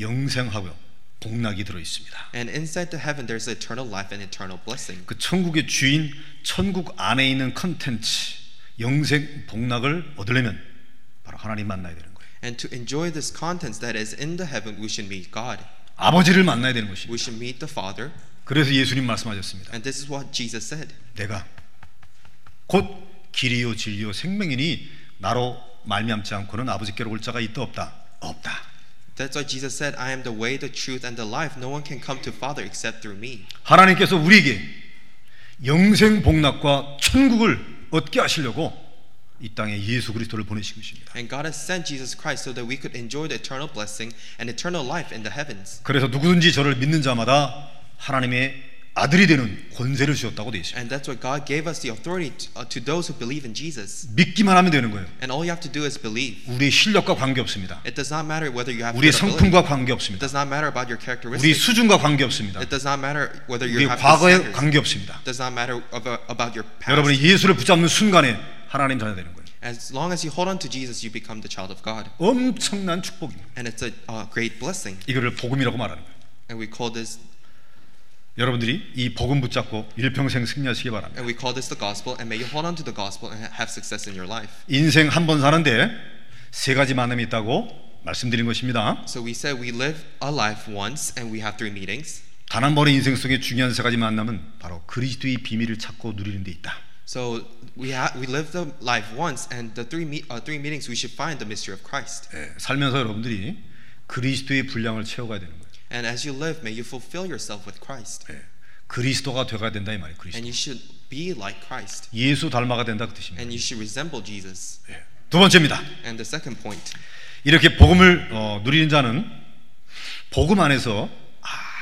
[SPEAKER 1] 영생하고 복락이 들어 있습니다.
[SPEAKER 2] And inside the heaven, there's eternal life and eternal blessing.
[SPEAKER 1] 그 천국의 주인 천국 안에 있는 컨텐츠 영생 복락을 얻으려면 바로 하나님 만나야 되는 거예요.
[SPEAKER 2] And to enjoy this contents that is in the heaven, we should meet God.
[SPEAKER 1] 아버지를 만나야 되는
[SPEAKER 2] We
[SPEAKER 1] 것입니다.
[SPEAKER 2] should meet the Father.
[SPEAKER 1] 그래서 예수님 말씀하셨습니다.
[SPEAKER 2] And this is what Jesus said
[SPEAKER 1] 내가 곧 길이요 진리요 생명이니 나로 말미암지 않고는 아버지께로 올 자가 있다 없다 없다.
[SPEAKER 2] That's why Jesus said, I am the way, the truth, and the life. No one can come to Father except through me.
[SPEAKER 1] 하나님께서 우리에게 영생 복락과 천국을 얻게 하시려고 이 땅에 예수 그리스도를 보내신 것입니다.
[SPEAKER 2] And God has sent Jesus Christ so that we could enjoy the eternal blessing and eternal life in the heavens.
[SPEAKER 1] 그래서 누구든지 저를 믿는 자마다 하나님의 아들이 되는 권세를 주셨다고 되어 있습니다.
[SPEAKER 2] And that's why God gave us the authority to, uh, to those who believe in Jesus.
[SPEAKER 1] 믿기만 하면 되는 거예요.
[SPEAKER 2] And all you have to do is believe.
[SPEAKER 1] 우리의 실력과 관계 없습니다.
[SPEAKER 2] It does not matter whether you have
[SPEAKER 1] 우리의
[SPEAKER 2] good ability.
[SPEAKER 1] 성품과
[SPEAKER 2] It
[SPEAKER 1] 관계 없습니다.
[SPEAKER 2] does not matter about your
[SPEAKER 1] 우리
[SPEAKER 2] characteristics.
[SPEAKER 1] 수준과 관계 없습니다.
[SPEAKER 2] It does not matter whether you
[SPEAKER 1] 우리의
[SPEAKER 2] have good
[SPEAKER 1] 과거에
[SPEAKER 2] standards.
[SPEAKER 1] 관계 없습니다.
[SPEAKER 2] uh, It does not matter of- about your past.
[SPEAKER 1] 여러분이 예수를 붙잡는 순간에 하나님 자녀 되는 거예요.
[SPEAKER 2] As long as you hold on to Jesus, you become the child of God.
[SPEAKER 1] 엄청난 축복입니다.
[SPEAKER 2] And it's a uh, great blessing.
[SPEAKER 1] 이거를 복음이라고 말하는 거예요.
[SPEAKER 2] And we call this
[SPEAKER 1] 여러분들이 이 복음 붙잡고 일평생 승리하시기 바랍니다.
[SPEAKER 2] and we call this the gospel and may you hold on to the gospel and ha- have success in your life.
[SPEAKER 1] 인생 한 번 사는데 세 가지 만남이 있다고 말씀드린 것입니다.
[SPEAKER 2] So we said we live a life once and we have three meetings.
[SPEAKER 1] 단 한 번의 인생 속에 중요한 세 가지 만남은 바로 그리스도의 비밀을 찾고 누리는 데 있다.
[SPEAKER 2] So we ha- we live the life once and the three meet uh, three meetings we should find the mystery of Christ.
[SPEAKER 1] 예, 살면서 여러분들이 그리스도의 분량을 채워가야 되는 거예요.
[SPEAKER 2] And as you live, may you fulfill yourself with Christ.
[SPEAKER 1] 예, 그리스도가 돼가야 된다 이 말이에요. 그리스도.
[SPEAKER 2] And you should be like Christ.
[SPEAKER 1] 예수 닮아가 된다 그 뜻입니다.
[SPEAKER 2] And you should resemble Jesus.
[SPEAKER 1] 예. 두 번째입니다.
[SPEAKER 2] And the second point,
[SPEAKER 1] 이렇게 복음을 어, 누리는 자는 복음 안에서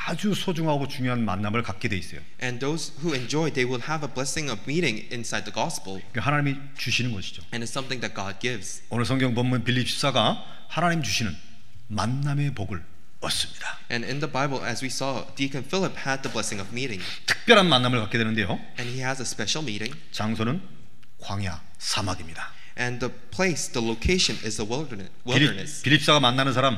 [SPEAKER 1] 아주 소중하고 중요한 만남을 갖게 돼 있어요.
[SPEAKER 2] and those who enjoy, they will have a blessing of meeting inside the gospel.
[SPEAKER 1] 그러니까 하나님이 주시는 것이죠.
[SPEAKER 2] And it's something that God gives.
[SPEAKER 1] 오늘 성경 본문 빌립 14가 하나님 주시는 만남의 복을 얻습니다.
[SPEAKER 2] And in the Bible, as we saw, Deacon Philip had the blessing of meeting,
[SPEAKER 1] 특별한 만남을 갖게 되는데요.
[SPEAKER 2] and he has a special meeting.
[SPEAKER 1] 장소는 광야 사막입니다.
[SPEAKER 2] And the place, the location, is the wilderness.
[SPEAKER 1] 빌립,
[SPEAKER 2] wilderness.
[SPEAKER 1] 빌립사가 만나는 사람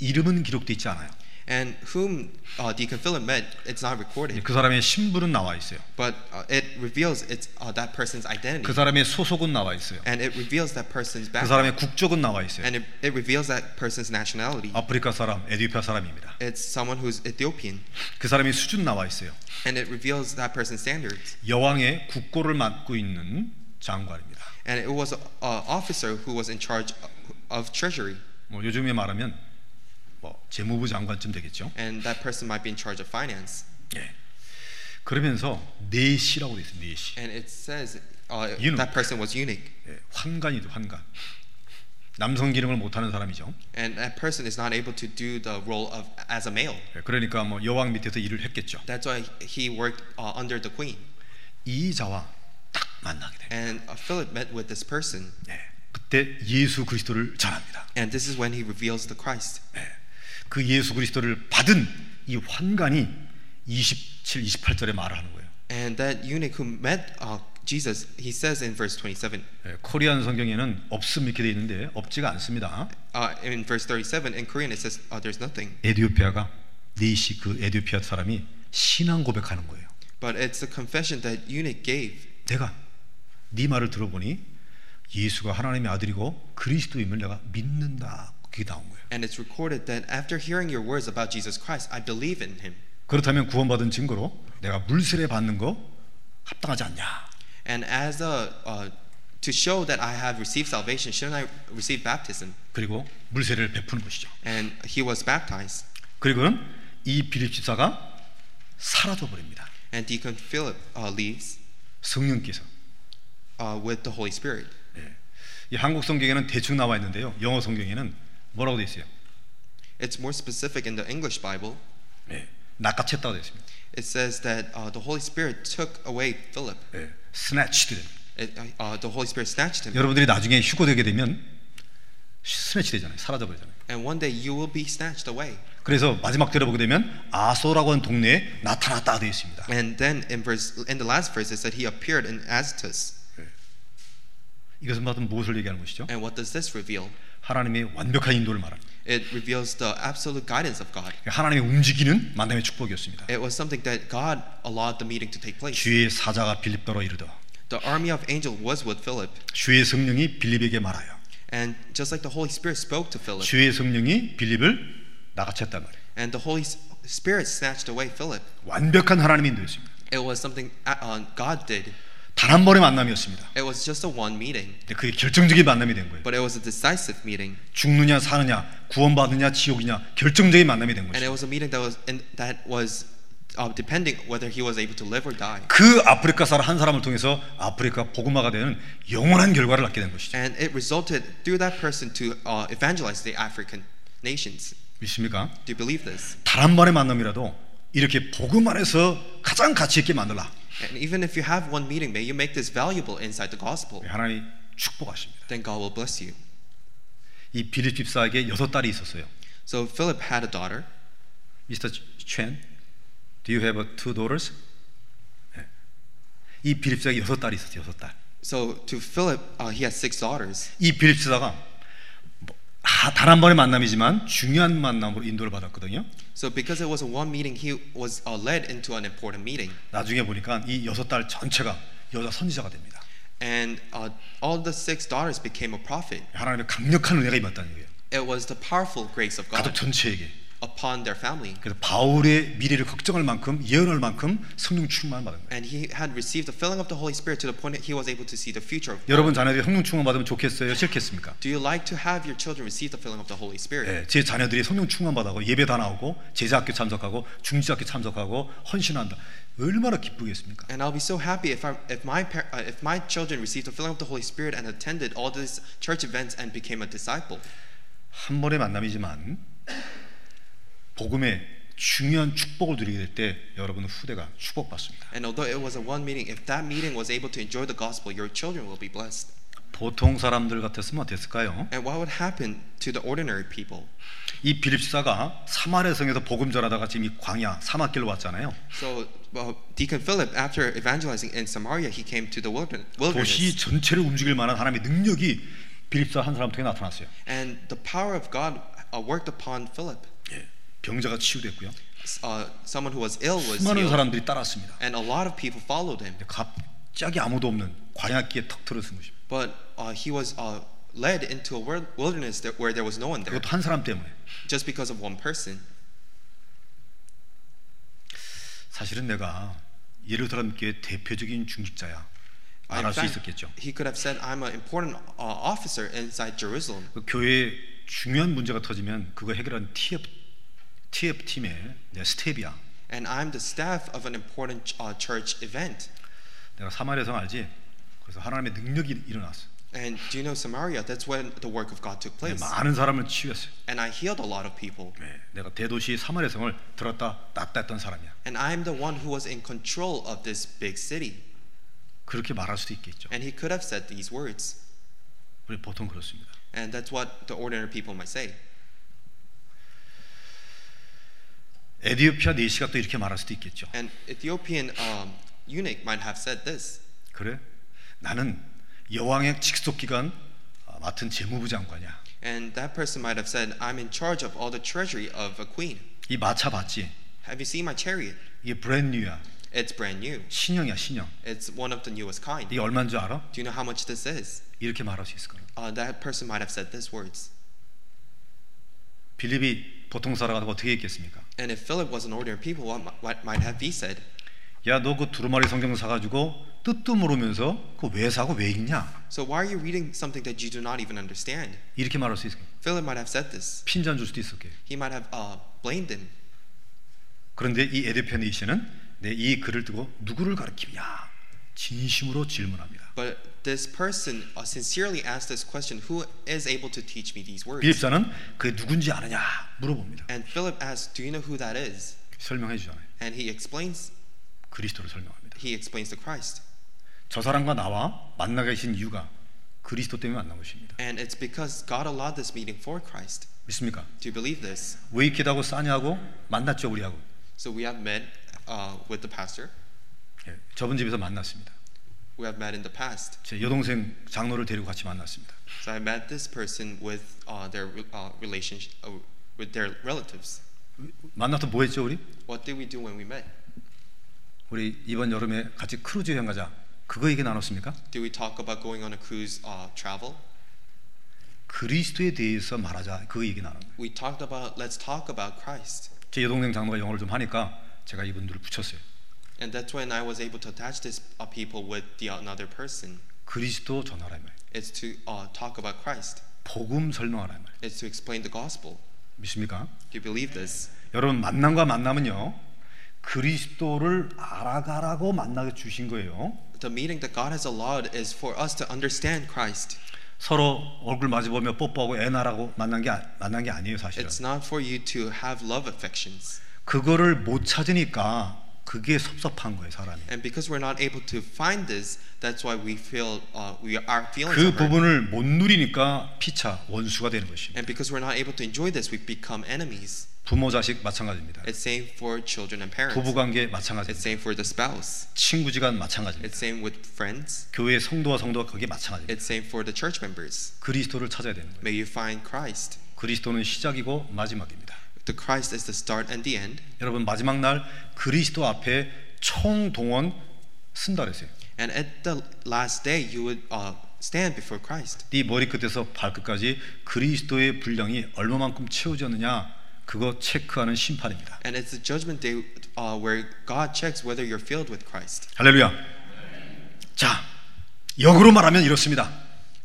[SPEAKER 1] 이름은 기록돼 있지 않아요.
[SPEAKER 2] And whom uh, Deacon Philip met, it's not recorded,
[SPEAKER 1] 그 사람의 신분은 나와 있어요.
[SPEAKER 2] but uh, it reveals it's uh, that person's
[SPEAKER 1] 그
[SPEAKER 2] identity,
[SPEAKER 1] 사람의 소속은 나와 있어요.
[SPEAKER 2] and it reveals that person's
[SPEAKER 1] 그
[SPEAKER 2] background,
[SPEAKER 1] 사람의 국적은 나와 있어요.
[SPEAKER 2] and it, it reveals that person's nationality.
[SPEAKER 1] 아프리카 사람, 에디오피아 사람입니다.
[SPEAKER 2] It's someone who's Ethiopian,
[SPEAKER 1] 그 사람의 수준 나와 있어요.
[SPEAKER 2] and it reveals that person's standards.
[SPEAKER 1] 여왕의 국고를 맡고 있는 장관입니다.
[SPEAKER 2] And it was an officer who was in charge of treasury,
[SPEAKER 1] 뭐 요즘에 말하면 뭐 재무부 장관쯤 되겠죠.
[SPEAKER 2] and that person might be in charge of finance.
[SPEAKER 1] 예. 그러면서 네 내시라고 돼 있어요. 내시.
[SPEAKER 2] And it says uh,
[SPEAKER 1] Eunuch.
[SPEAKER 2] that person was eunuch,
[SPEAKER 1] 예, 환관이죠. 환관. 남성 기능을 못하는 사람이죠.
[SPEAKER 2] and that person is not able to do the role of as a male.
[SPEAKER 1] 예, 그러니까 뭐 여왕 밑에서 일을 했겠죠.
[SPEAKER 2] That's why he worked uh, under the queen.
[SPEAKER 1] 이 자와 딱 만나게 돼요.
[SPEAKER 2] And uh, Philip met with this person,
[SPEAKER 1] 예. 그때 예수 그리스도를 전합니다.
[SPEAKER 2] and this is when he reveals the Christ.
[SPEAKER 1] 예. 그 예수 그리스도를 받은 이 환관이 27, 28절에 말을 하는 거예요.
[SPEAKER 2] And that eunuch who met uh, Jesus, he says in verse 27,
[SPEAKER 1] 예, 코리안 성경에는 없음 이렇게 돼 있는데 없지가 않습니다.
[SPEAKER 2] uh, in verse 37, in Korean it says, uh, there's nothing.
[SPEAKER 1] 에디오피아가 네시 그 에디오피아 사람이 신앙 고백하는 거예요.
[SPEAKER 2] But it's the confession that eunuch gave.
[SPEAKER 1] 내가 네 말을 들어보니 예수가 하나님의 아들이고 그리스도임을 내가 믿는다. 그게 나온 거예요.
[SPEAKER 2] And it's recorded that after hearing your words about Jesus Christ, I believe in him.
[SPEAKER 1] 그렇다면 구원받은 증거로 내가 물세례 받는 거 합당하지 않냐?
[SPEAKER 2] And as a, uh, to show that I have received salvation, shouldn't I receive baptism?
[SPEAKER 1] 그리고 물세례를 베푸는 것이죠.
[SPEAKER 2] And he was baptized.
[SPEAKER 1] 그리고는 이 비립 집사가 사라져 버립니다.
[SPEAKER 2] And Deacon Philip uh, leaves
[SPEAKER 1] 성령께서
[SPEAKER 2] uh, with the Holy Spirit.
[SPEAKER 1] 예. 이 한국 성경에는 대충 나와 있는데요. 영어 성경에는 뭐라고 돼 있어요?
[SPEAKER 2] It's more specific in the English Bible.
[SPEAKER 1] 예. 낚아챘다고 돼 있습니다.
[SPEAKER 2] It says that uh, the Holy Spirit took away Philip.
[SPEAKER 1] 예. 스네치드.
[SPEAKER 2] It, uh, the Holy Spirit snatched him.
[SPEAKER 1] 여러분들이 나중에 휴고되게 되면 스네치 되잖아요. 사라져 버리잖아요.
[SPEAKER 2] And one day you will be snatched away.
[SPEAKER 1] 그래서 마지막 들어보게 되면 아소라고 하는 동네에 나타났다 되어 있습니다.
[SPEAKER 2] And then in verse, in the last verse, it said he appeared in Astus.
[SPEAKER 1] 이것은 바로 무엇을 얘기하는 것이죠?
[SPEAKER 2] And what does this reveal?
[SPEAKER 1] 하나님의 완벽한 인도를 말합니다.
[SPEAKER 2] It reveals the absolute guidance of God.
[SPEAKER 1] 하나님의 움직이는 만남의 축복이었습니다.
[SPEAKER 2] It was something that God allowed the meeting to take place.
[SPEAKER 1] 주의 사자가 빌립더러 이르더
[SPEAKER 2] The army of angels was with Philip,
[SPEAKER 1] 주의 성령이 빌립에게 말하여
[SPEAKER 2] and just like the Holy Spirit spoke to Philip,
[SPEAKER 1] 주의 성령이 빌립을 나가챘단 말이에요.
[SPEAKER 2] and the Holy S- Spirit snatched away Philip.
[SPEAKER 1] 완벽한 하나님의 인도였습니다.
[SPEAKER 2] It was something uh, uh, God did.
[SPEAKER 1] 단 한 번의 만남이었습니다.
[SPEAKER 2] It was just a one meeting,
[SPEAKER 1] 근데 그게 결정적인 만남이 된 거예요.
[SPEAKER 2] but it was a decisive meeting,
[SPEAKER 1] 죽느냐 사느냐 구원받느냐 지옥이냐 결정적인 만남이 된
[SPEAKER 2] and
[SPEAKER 1] 거죠.
[SPEAKER 2] it was a meeting that was and that was uh, depending whether he was able to live or die.
[SPEAKER 1] 그 아프리카 사람 한 사람을 통해서 아프리카 복음화가 되는 영원한 결과를 낳게 된 것이죠.
[SPEAKER 2] And it resulted through that person to uh, evangelize the African nations.
[SPEAKER 1] 믿습니까?
[SPEAKER 2] Do you believe this?
[SPEAKER 1] 단 한 번의 만남이라도 이렇게 복음 안에서 가장 가치 있게 만들라.
[SPEAKER 2] And even if you have one meeting, may you make this valuable inside the gospel.
[SPEAKER 1] 하나님 축복하십니다.
[SPEAKER 2] Then God will bless you.
[SPEAKER 1] 이 비립 집사에게 여섯 딸이 있었어요.
[SPEAKER 2] So Philip had a daughter.
[SPEAKER 1] Mr. Chen, do you have uh, two daughters? 네. 이 비립사에게 여섯 딸이 있었어요. 여섯 딸.
[SPEAKER 2] So to Philip, uh, he had six daughters.
[SPEAKER 1] 이 빌립스다가 뭐, 단 한 번의 만남이지만 중요한 만남으로 인도를 받았거든요.
[SPEAKER 2] So because it wasn't one meeting, he was uh, led into an important meeting.
[SPEAKER 1] 나중에 보니까 이 여섯 딸 전체가 여자 선지자가 됩니다.
[SPEAKER 2] And uh, all the six daughters became a prophet.
[SPEAKER 1] 하나님의 강력한 은혜가 임했다는 얘기예요.
[SPEAKER 2] It was the powerful grace of
[SPEAKER 1] 가족
[SPEAKER 2] God
[SPEAKER 1] 전체에게.
[SPEAKER 2] upon their family.
[SPEAKER 1] 그래서 바울의 미래를 걱정할 만큼 예언할 만큼 성령 충만을 받은 거예요.
[SPEAKER 2] And he had received the filling of the Holy Spirit to the point that he was able to see the future. of
[SPEAKER 1] 여러분 자녀들이 성령 충만 받으면 좋겠어요? 싫겠습니까?
[SPEAKER 2] Do you like to have your children receive the filling of the Holy Spirit?
[SPEAKER 1] 예, 제 자녀들이 성령 충만 받아고 예배 다 나오고 제자학교 참석하고 중지학교 참석하고 헌신한다. 얼마나 기쁘겠습니까?
[SPEAKER 2] And I'll be so happy if, I, if, my, par- uh, if my children received the filling of the Holy Spirit and attended all these church events and became a disciple.
[SPEAKER 1] 한 번의 만남이지만 복음의 중요한 축복을 누리게 될 때 여러분 후대가 축복받습니다.
[SPEAKER 2] And although it was a one meeting, if that meeting was able to enjoy the gospel, your children will be blessed.
[SPEAKER 1] 보통 사람들 같았으면 어땠을까요?
[SPEAKER 2] And what would happen to the ordinary people?
[SPEAKER 1] 이 빌립사가 사마리아 성에서 복음 전하다가 지금 이 광야 사막길로 왔잖아요.
[SPEAKER 2] So well, Deacon Philip, after evangelizing in Samaria, he came to the wildern-
[SPEAKER 1] 도시
[SPEAKER 2] wilderness.
[SPEAKER 1] 전체를 움직일 만한 하나님의 능력이 빌립사 한 사람 통해 나타났어요.
[SPEAKER 2] And the power of God uh, worked upon Philip.
[SPEAKER 1] 예, 병자가 치유됐고요.
[SPEAKER 2] S- Uh, someone who was ill was
[SPEAKER 1] 수많은
[SPEAKER 2] healed,
[SPEAKER 1] 사람들이 따랐습니다.
[SPEAKER 2] and a lot of people followed him.
[SPEAKER 1] 근데 갑자기 아무도 없는 광야길에 턱 들어선 것입니다.
[SPEAKER 2] But uh, he was uh, led into a wor- wilderness that, where there was no one there,
[SPEAKER 1] 그것도 한 사람 때문에.
[SPEAKER 2] just because of one person.
[SPEAKER 1] 사실은 내가 예루살렘 교회 대표적인 중직자야.
[SPEAKER 2] In
[SPEAKER 1] 말할 수
[SPEAKER 2] fact,
[SPEAKER 1] 있었겠죠.
[SPEAKER 2] He could have said, "I'm an important uh, officer inside Jerusalem."
[SPEAKER 1] 그 교회에 중요한 문제가 터지면 그거 해결한 TF, TF 팀의 내 스텝이야.
[SPEAKER 2] and I'm the staff of an important uh, church event.
[SPEAKER 1] 내가 사마리아 성 알지? 그래서 하나님의 능력이 일어났어.
[SPEAKER 2] And do you know Samaria? That's when the work of God took
[SPEAKER 1] 네,
[SPEAKER 2] place.
[SPEAKER 1] 많은 사람을 치유했어요.
[SPEAKER 2] And I healed a lot of people.
[SPEAKER 1] 네, 내가 대도시 사마리아 성을 들었다 놨다 했던 사람이야.
[SPEAKER 2] And I'm the one who was in control of this big city.
[SPEAKER 1] 그렇게 말할 수도 있겠죠.
[SPEAKER 2] And he could have said these words.
[SPEAKER 1] 우리 보통 그렇습니다.
[SPEAKER 2] And that's what the ordinary people might say.
[SPEAKER 1] 에디오피아 네시가 또 이렇게 말할 수도 있겠죠.
[SPEAKER 2] And Ethiopian um, eunuch might have said this.
[SPEAKER 1] 그래? 나는 여왕의 직속 기관 아, 맡은 재무부 장관이야.
[SPEAKER 2] And that person might have said, I'm in charge of all the treasury of a queen.
[SPEAKER 1] 이 마차 봤지?
[SPEAKER 2] Have you seen my chariot?
[SPEAKER 1] 이게 브랜뉴야.
[SPEAKER 2] It's brand new.
[SPEAKER 1] 신형이야, 신형.
[SPEAKER 2] It's one of the newest kind.
[SPEAKER 1] 이게 얼마인 줄 알아?
[SPEAKER 2] Do you know how much this is?
[SPEAKER 1] 이렇게 말할 수 있을 거야.
[SPEAKER 2] Uh, that person might have said these words.
[SPEAKER 1] 빌립이 보통 살아가다가 어떻게 했겠습니까?
[SPEAKER 2] And if Philip was an ordinary people, what, mi- what might have he said?
[SPEAKER 1] 야, 너 그 두루마리 성경 사가지고 뜻도 모르면서 그거 왜 사고 왜 읽냐?
[SPEAKER 2] So why are you reading something that you do not even understand?
[SPEAKER 1] 이렇게 말할 수 있을 거야.
[SPEAKER 2] Philip might have said this.
[SPEAKER 1] 핀잔 줄 수도 있을 거야.
[SPEAKER 2] He 미ght have uh, blamed him.
[SPEAKER 1] 그런데 이 에디오피아 네시는 내 이 글을 두고 누구를 가르치냐? 진심으로 질문합니다.
[SPEAKER 2] But this person uh, sincerely asked this question, who is able to teach me these words?
[SPEAKER 1] 빌립사는 그게 누군지 아느냐? 물어봅니다.
[SPEAKER 2] And Philip asked, do you know who that is?
[SPEAKER 1] 설명해 주잖아요.
[SPEAKER 2] And he explains,
[SPEAKER 1] 그리스도를 설명합니다.
[SPEAKER 2] he explains to Christ.
[SPEAKER 1] 저 사람과 나와 만나게 하신 이유가 그리스도 때문에 만난 것입니다.
[SPEAKER 2] And it's because God allowed this meeting for Christ.
[SPEAKER 1] 믿습니까?
[SPEAKER 2] Do you believe this?
[SPEAKER 1] 웨이키드하고 싸니하고 만났죠 우리하고.
[SPEAKER 2] So we have met uh, with the pastor.
[SPEAKER 1] 예, 저분 집에서 만났습니다.
[SPEAKER 2] We have met in the past.
[SPEAKER 1] 제 여동생 장로를 데리고 같이 만났습니다.
[SPEAKER 2] So I met this person with uh, their uh, relationship uh, with their relatives.
[SPEAKER 1] 만나서 뭐 했죠 우리?
[SPEAKER 2] What did we do when we met?
[SPEAKER 1] 우리 이번 여름에 같이 크루즈 여행 가자. 그거 얘기 나눴습니까?
[SPEAKER 2] Did we talk about going on a cruise uh, travel?
[SPEAKER 1] 그리스도에 대해서 말하자. 그거 얘기 나눴.
[SPEAKER 2] We talked about let's talk about Christ,
[SPEAKER 1] 제 여동생 장로가 영어를 좀 하니까 제가 이분들을 붙였어요.
[SPEAKER 2] and that's when I was able to attach this uh, people with the another person.
[SPEAKER 1] 그리스도 전하라 이 말.
[SPEAKER 2] It's to uh, talk about Christ.
[SPEAKER 1] 복음 설명하라 이 말.
[SPEAKER 2] It's to explain the gospel.
[SPEAKER 1] 믿습니까?
[SPEAKER 2] Do you believe this?
[SPEAKER 1] 여러분 만남과 만남은요 그리스도를 알아가라고 만나게 주신 거예요.
[SPEAKER 2] The meeting that God has allowed is for us to understand Christ.
[SPEAKER 1] 서로 얼굴 마주보며 뽀뽀하고 애나라고 만난 게 아- 만난 게 아니에요 사실은.
[SPEAKER 2] It's not for you to have love affections.
[SPEAKER 1] 그거를 못 찾으니까 그게 섭섭한 거예요, 사람이.
[SPEAKER 2] And because we're not able to find this, that's why we feel uh, we are feeling.
[SPEAKER 1] 그 부분을 못 누리니까 피차 원수가 되는 것입니다.
[SPEAKER 2] And because we're not able to enjoy this, we become enemies.
[SPEAKER 1] 부모 자식 마찬가지입니다.
[SPEAKER 2] It's same for children and parents.
[SPEAKER 1] 부부 관계
[SPEAKER 2] It's
[SPEAKER 1] 마찬가지입니다.
[SPEAKER 2] same for the spouse.
[SPEAKER 1] 친구지간 마찬가지입니다.
[SPEAKER 2] It's same with friends.
[SPEAKER 1] 교회 성도와 성도가 그게 마찬가지입니다.
[SPEAKER 2] It's same for the church members.
[SPEAKER 1] 그리스도를 찾아야 되는 거예요.
[SPEAKER 2] May you find Christ.
[SPEAKER 1] 그리스도는 시작이고 마지막입니다.
[SPEAKER 2] The Christ is the start and the end.
[SPEAKER 1] 여러분 마지막 날 그리스도 앞에 총동원 쓴다 그랬어요.
[SPEAKER 2] And at the last day, you would uh, stand before Christ.
[SPEAKER 1] 네 머리 끝에서 발끝까지 그리스도의 분량이 얼마만큼 채워졌느냐 그거 체크하는 심판입니다.
[SPEAKER 2] And it's the judgment day uh, where God checks whether you're filled with Christ.
[SPEAKER 1] 할렐루야. 자, 역으로 말하면 이렇습니다.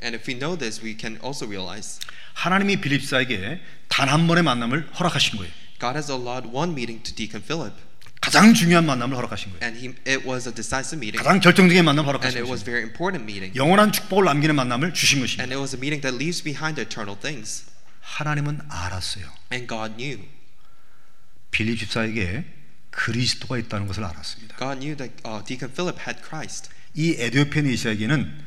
[SPEAKER 2] And if we know this, we can also realize
[SPEAKER 1] 하나님이 빌립사에게 단 한 번의 만남을 허락하신 거예요.
[SPEAKER 2] God has allowed one meeting to Deacon Philip,
[SPEAKER 1] 가장 중요한 만남을 허락하신 거예요.
[SPEAKER 2] and he, it was a decisive meeting,
[SPEAKER 1] 가장 결정적인 만남을
[SPEAKER 2] and
[SPEAKER 1] 허락하신
[SPEAKER 2] it was
[SPEAKER 1] 거예요.
[SPEAKER 2] very important meeting,
[SPEAKER 1] 영원한 축복을 남기는 만남을 주신 것입니다.
[SPEAKER 2] and it was a meeting that leaves behind eternal things.
[SPEAKER 1] 하나님은 알았어요.
[SPEAKER 2] And God knew.
[SPEAKER 1] 빌립 집사에게 그리스도가 있다는 것을 알았습니다.
[SPEAKER 2] God knew that uh, Deacon Philip had Christ,
[SPEAKER 1] 이 에디오페니시아에게는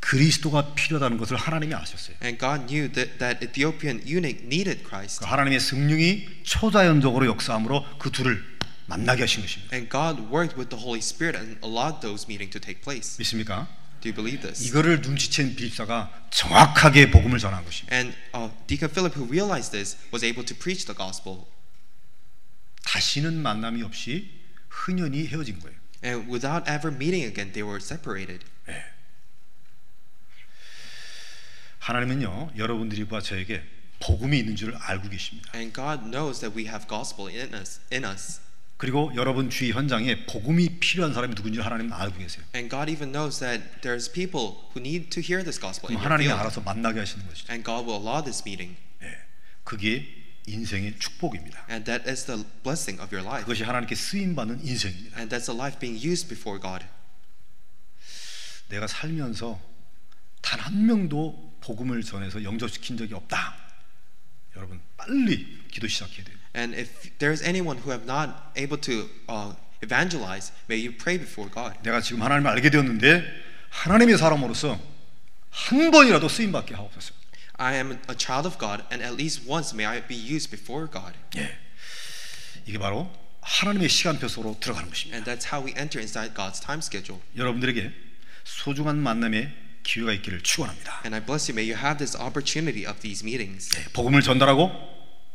[SPEAKER 1] 그리스도가 필요하다는 것을 하나님이 아셨어요.
[SPEAKER 2] and God knew that, that Ethiopian eunuch needed Christ,
[SPEAKER 1] 그 하나님의 성령이 초자연적으로 역사함으로 그 둘을 만나게 하신 것입니다.
[SPEAKER 2] and God worked with the Holy Spirit and allowed those meetings to take place.
[SPEAKER 1] 믿습니까?
[SPEAKER 2] Do you believe this?
[SPEAKER 1] 이거를 눈치챈 빌립사가 정확하게 복음을 전한 것입니다.
[SPEAKER 2] And uh, Deacon Philip, who realized this, was able to preach the gospel.
[SPEAKER 1] 다시는 만남이 없이 흔연히 헤어진 거예요.
[SPEAKER 2] And without ever meeting again, they were separated.
[SPEAKER 1] 하나님은요 여러분들과 저에게 복음이 있는 줄 알고 계십니다.
[SPEAKER 2] And God knows that we have gospel in us, in us.
[SPEAKER 1] 그리고 여러분 주위 현장에 복음이 필요한 사람이 누군지 하나님은 알고 계세요.
[SPEAKER 2] And God even knows that there's people who need to hear this gospel. in your
[SPEAKER 1] 그럼 하나님이
[SPEAKER 2] field.
[SPEAKER 1] 알아서 만나게 하시는 것이죠.
[SPEAKER 2] And God will allow this meeting.
[SPEAKER 1] 예, 그게 인생의 축복입니다.
[SPEAKER 2] And that is the blessing of your life.
[SPEAKER 1] 그것이 하나님께 쓰임 받는 인생입니다.
[SPEAKER 2] And that's a life being used before God.
[SPEAKER 1] 내가 살면서 단 한 명도 복음을 전해서 영접시킨 적이 없다. 여러분 빨리 기도 시작해야 돼요.
[SPEAKER 2] And if there's anyone who have not able to uh, evangelize, may you pray before God.
[SPEAKER 1] 내가 지금 하나님을 알게 되었는데 하나님의 사람으로서 한 번이라도 쓰임 받게 하옵소서.
[SPEAKER 2] I am a child of God, and at least once may I be used before God.
[SPEAKER 1] 예. 이게 바로 하나님의 시간표 속으로 들어가는 것입니다.
[SPEAKER 2] And that's how we enter inside God's time schedule.
[SPEAKER 1] 여러분들에게 소중한 만남의 기회가 있기를 축원합니다.
[SPEAKER 2] And I bless you. May you have this opportunity of these meetings.
[SPEAKER 1] 예, 복음을 전달하고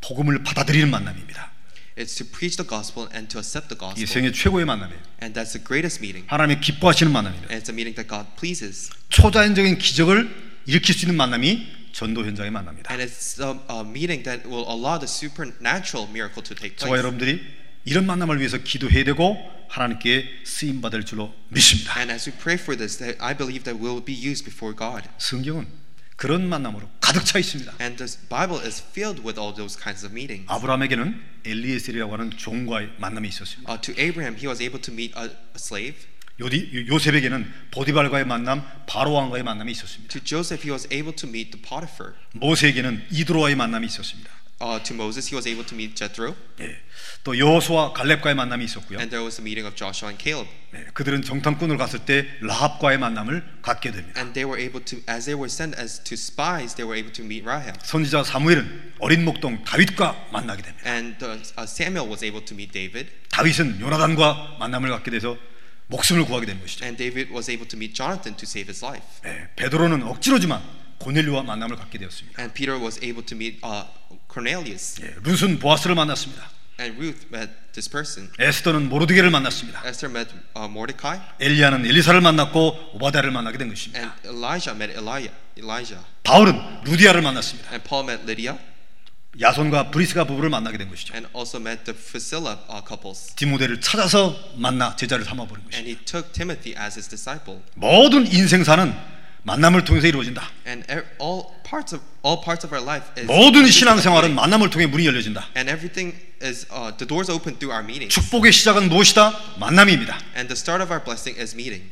[SPEAKER 1] 복음을 받아들이는 만남입니다.
[SPEAKER 2] It's to preach the gospel and to accept the
[SPEAKER 1] 이
[SPEAKER 2] gospel.
[SPEAKER 1] 생애 최고의 만남이에요.
[SPEAKER 2] And that's the greatest meeting.
[SPEAKER 1] 하나님의 기뻐하시는 만남입니다.
[SPEAKER 2] And it's a meeting that God pleases.
[SPEAKER 1] 초자연적인 기적을 일으킬 수 있는 만남이 전도 현장의 만남입니다.
[SPEAKER 2] And it's a, a meeting that will allow the supernatural miracle to take
[SPEAKER 1] 저와
[SPEAKER 2] place.
[SPEAKER 1] 여러분들이 이런 만남을 위해서 기도해야 되고 하나님께 쓰임 받을 줄로 믿습니다.
[SPEAKER 2] And as we pray for this, that I believe that we'll be used before God.
[SPEAKER 1] 성경은 그런 만남으로 가득 차 있습니다.
[SPEAKER 2] And this Bible is filled with all those kinds of meetings.
[SPEAKER 1] Ah. 아브라함에게는 엘리에셀이라고 하는 종과의 만남이 있었습니다.
[SPEAKER 2] Uh, to Abraham, he was able to meet a, a slave.
[SPEAKER 1] 요디, 요셉에게는 보디발과의 만남, 바로왕과의 만남이 있었습니다.
[SPEAKER 2] To Joseph, he was able to meet the Potiphar.
[SPEAKER 1] 모세에게는 이드로와의 만남이 있었습니다.
[SPEAKER 2] Uh, to Moses, he was able to meet Jethro.
[SPEAKER 1] 예. 또 여호수와 갈렙과의 만남이 있었고요.
[SPEAKER 2] And there was a meeting of Joshua and Caleb.
[SPEAKER 1] 네, 그들은 정탐꾼으로 갔을 때 라합과의 만남을 갖게 됩니다.
[SPEAKER 2] And they were able to, as they were sent as to spies, they were able to meet Rahab.
[SPEAKER 1] 선지자 사무엘은 어린 목동 다윗과 만나게 됩니다.
[SPEAKER 2] And uh, uh, Samuel was able to meet David.
[SPEAKER 1] 다윗은 요나단과 만남을 갖게 돼서 목숨을 구하게 되는 것이죠.
[SPEAKER 2] And David was able to meet Jonathan to save his life.
[SPEAKER 1] 네, 베드로는 억지로지만 고넬료와 만남을 갖게 되었습니다.
[SPEAKER 2] And Peter was able to meet uh, Cornelius.
[SPEAKER 1] 예, 룻은 보아스를 만났습니다.
[SPEAKER 2] And Ruth met this person.
[SPEAKER 1] 에스더는 모르드게를 만났습니다.
[SPEAKER 2] Esther met uh, Mordecai.
[SPEAKER 1] 엘리야는 엘리사를 만났고 오바다를 만나게 된 것입니다.
[SPEAKER 2] And Elijah met Elijah. Elijah.
[SPEAKER 1] 바울은 루디아를 만났습니다.
[SPEAKER 2] And Paul met Lydia.
[SPEAKER 1] 야손과 브리스가 부부를 만나게 된 것이죠.
[SPEAKER 2] And also met the Priscilla uh, couples.
[SPEAKER 1] 디모데를 찾아서 만나 제자를 삼아버린 것이죠.
[SPEAKER 2] And he took Timothy as his disciple.
[SPEAKER 1] 모든 인생사는 만남을 통해서 이루어진다.
[SPEAKER 2] And e- all parts of all parts of our life is.
[SPEAKER 1] 모든 신앙생활은 만남을 통해 문이 열려진다.
[SPEAKER 2] And everything is uh, the doors open through our meetings.
[SPEAKER 1] 축복의 시작은 무엇이다? 만남입니다.
[SPEAKER 2] And the start of our blessing is meeting.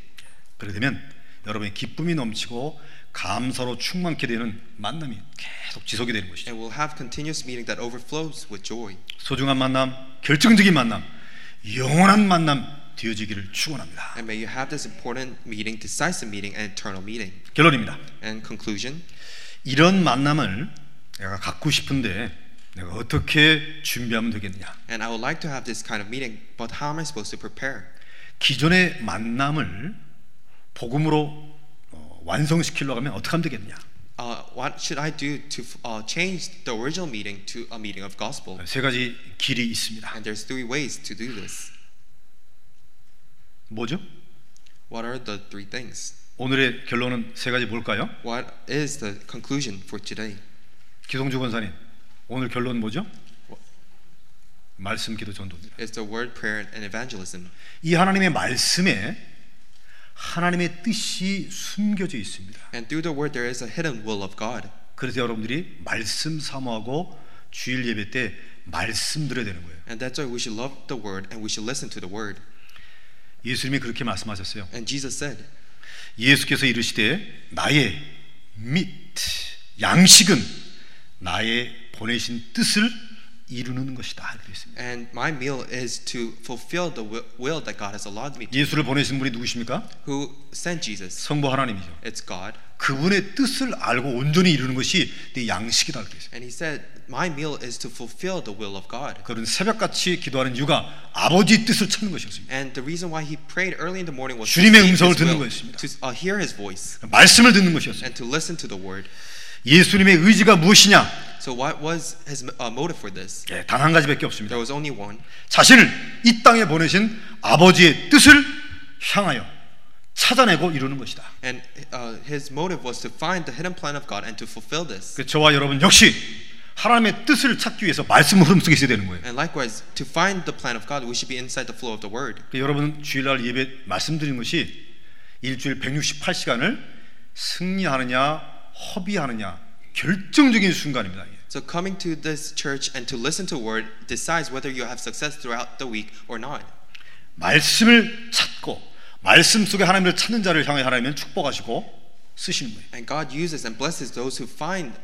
[SPEAKER 1] 그렇게 되면 여러분의 기쁨이 넘치고 감사로 충만케 되는 만남이 계속 지속이 되는 것이죠.
[SPEAKER 2] And we'll have continuous meeting that overflows with joy.
[SPEAKER 1] 소중한 만남, 결정적인 만남, 영원한 만남 되어지기를 축원합니다.
[SPEAKER 2] And may you have this important meeting, decisive meeting, and eternal meeting.
[SPEAKER 1] 결론입니다.
[SPEAKER 2] And conclusion
[SPEAKER 1] 이런 만남을 내가 갖고 싶은데 내가 어떻게 준비하면 되겠냐?
[SPEAKER 2] And I would like to have this kind of meeting, but how am I supposed to prepare?
[SPEAKER 1] 기존의 만남을 복음으로 어, 완성시키려고 하면 어떻게 하면 되겠냐?
[SPEAKER 2] Uh, what should I do to uh, change the original meeting to a meeting of gospel?
[SPEAKER 1] 세 가지 길이 있습니다.
[SPEAKER 2] And there's three ways to do this.
[SPEAKER 1] 뭐죠?
[SPEAKER 2] What are the three things?
[SPEAKER 1] 오늘의 결론은 세 가지 뭘까요?
[SPEAKER 2] What is the conclusion for today?
[SPEAKER 1] 기동주 권사님, 오늘 결론 뭐죠? 말씀 기도 전도입니다.
[SPEAKER 2] It's the word, prayer, and evangelism.
[SPEAKER 1] 이 하나님의 말씀에 하나님의 뜻이 숨겨져 있습니다.
[SPEAKER 2] And through the word, there is a hidden will of God.
[SPEAKER 1] 그래서 여러분들이 말씀 사모하고 주일 예배 때 말씀 드려야 되는 거예요.
[SPEAKER 2] And that's why we should love the word and we should listen to the word.
[SPEAKER 1] 예수님이 그렇게 말씀하셨어요.
[SPEAKER 2] And Jesus said,
[SPEAKER 1] 예수께서 이르시되 나의 및 양식은 나의 보내신 뜻을 이루는 것이다. 그랬습니다.
[SPEAKER 2] And my meal is to fulfill the wi- will that God has allowed me to.
[SPEAKER 1] 예수를 보내신 분이 누구십니까?
[SPEAKER 2] Who sent Jesus?
[SPEAKER 1] 성부 하나님이죠.
[SPEAKER 2] It's God.
[SPEAKER 1] 그분의 뜻을 알고 온전히 이루는 것이 내 양식이다. 그랬어요.
[SPEAKER 2] And he said, My meal is to fulfill the will of God.
[SPEAKER 1] 그런 새벽같이 기도하는 이유가 아버지 뜻을 찾는 것이었습니다.
[SPEAKER 2] And the reason why he prayed early in the morning was to,
[SPEAKER 1] 주님의
[SPEAKER 2] seek his
[SPEAKER 1] 음성을 듣는
[SPEAKER 2] will,
[SPEAKER 1] 것입니다.
[SPEAKER 2] to uh, hear his voice
[SPEAKER 1] 말씀을 듣는 것이었습니다.
[SPEAKER 2] and to listen to the word.
[SPEAKER 1] 예수님의 의지가 무엇이냐? 예,
[SPEAKER 2] So, what was his uh, motive for this?
[SPEAKER 1] 단 한 가지밖에 없습니다.
[SPEAKER 2] There was only one
[SPEAKER 1] 자신을 이 땅에 보내신 아버지의 뜻을 향하여 찾아내고 이루는 것이다.
[SPEAKER 2] And uh, his motive was to find the hidden plan of God and to fulfill this.
[SPEAKER 1] 그 저와 여러분 역시 하나님의 뜻을 찾기 위해서 말씀 흐름 속에 있어야 되는 거예요.
[SPEAKER 2] And likewise, to find the plan of God, we should be inside the flow of the word.
[SPEAKER 1] 그 여러분 주일날 예배 말씀드린 것이 일주일 168시간을 승리하느냐 허비하느냐 결정적인 순간입니다. 이게.
[SPEAKER 2] So, coming to this church and to listen to word decides whether you have success throughout the week or not.
[SPEAKER 1] 말씀을 찾고 말씀 속에 하나님을 찾는 자를 향해 하나님은 축복하시고 쓰시는 거예요.
[SPEAKER 2] And God uses and blesses those who find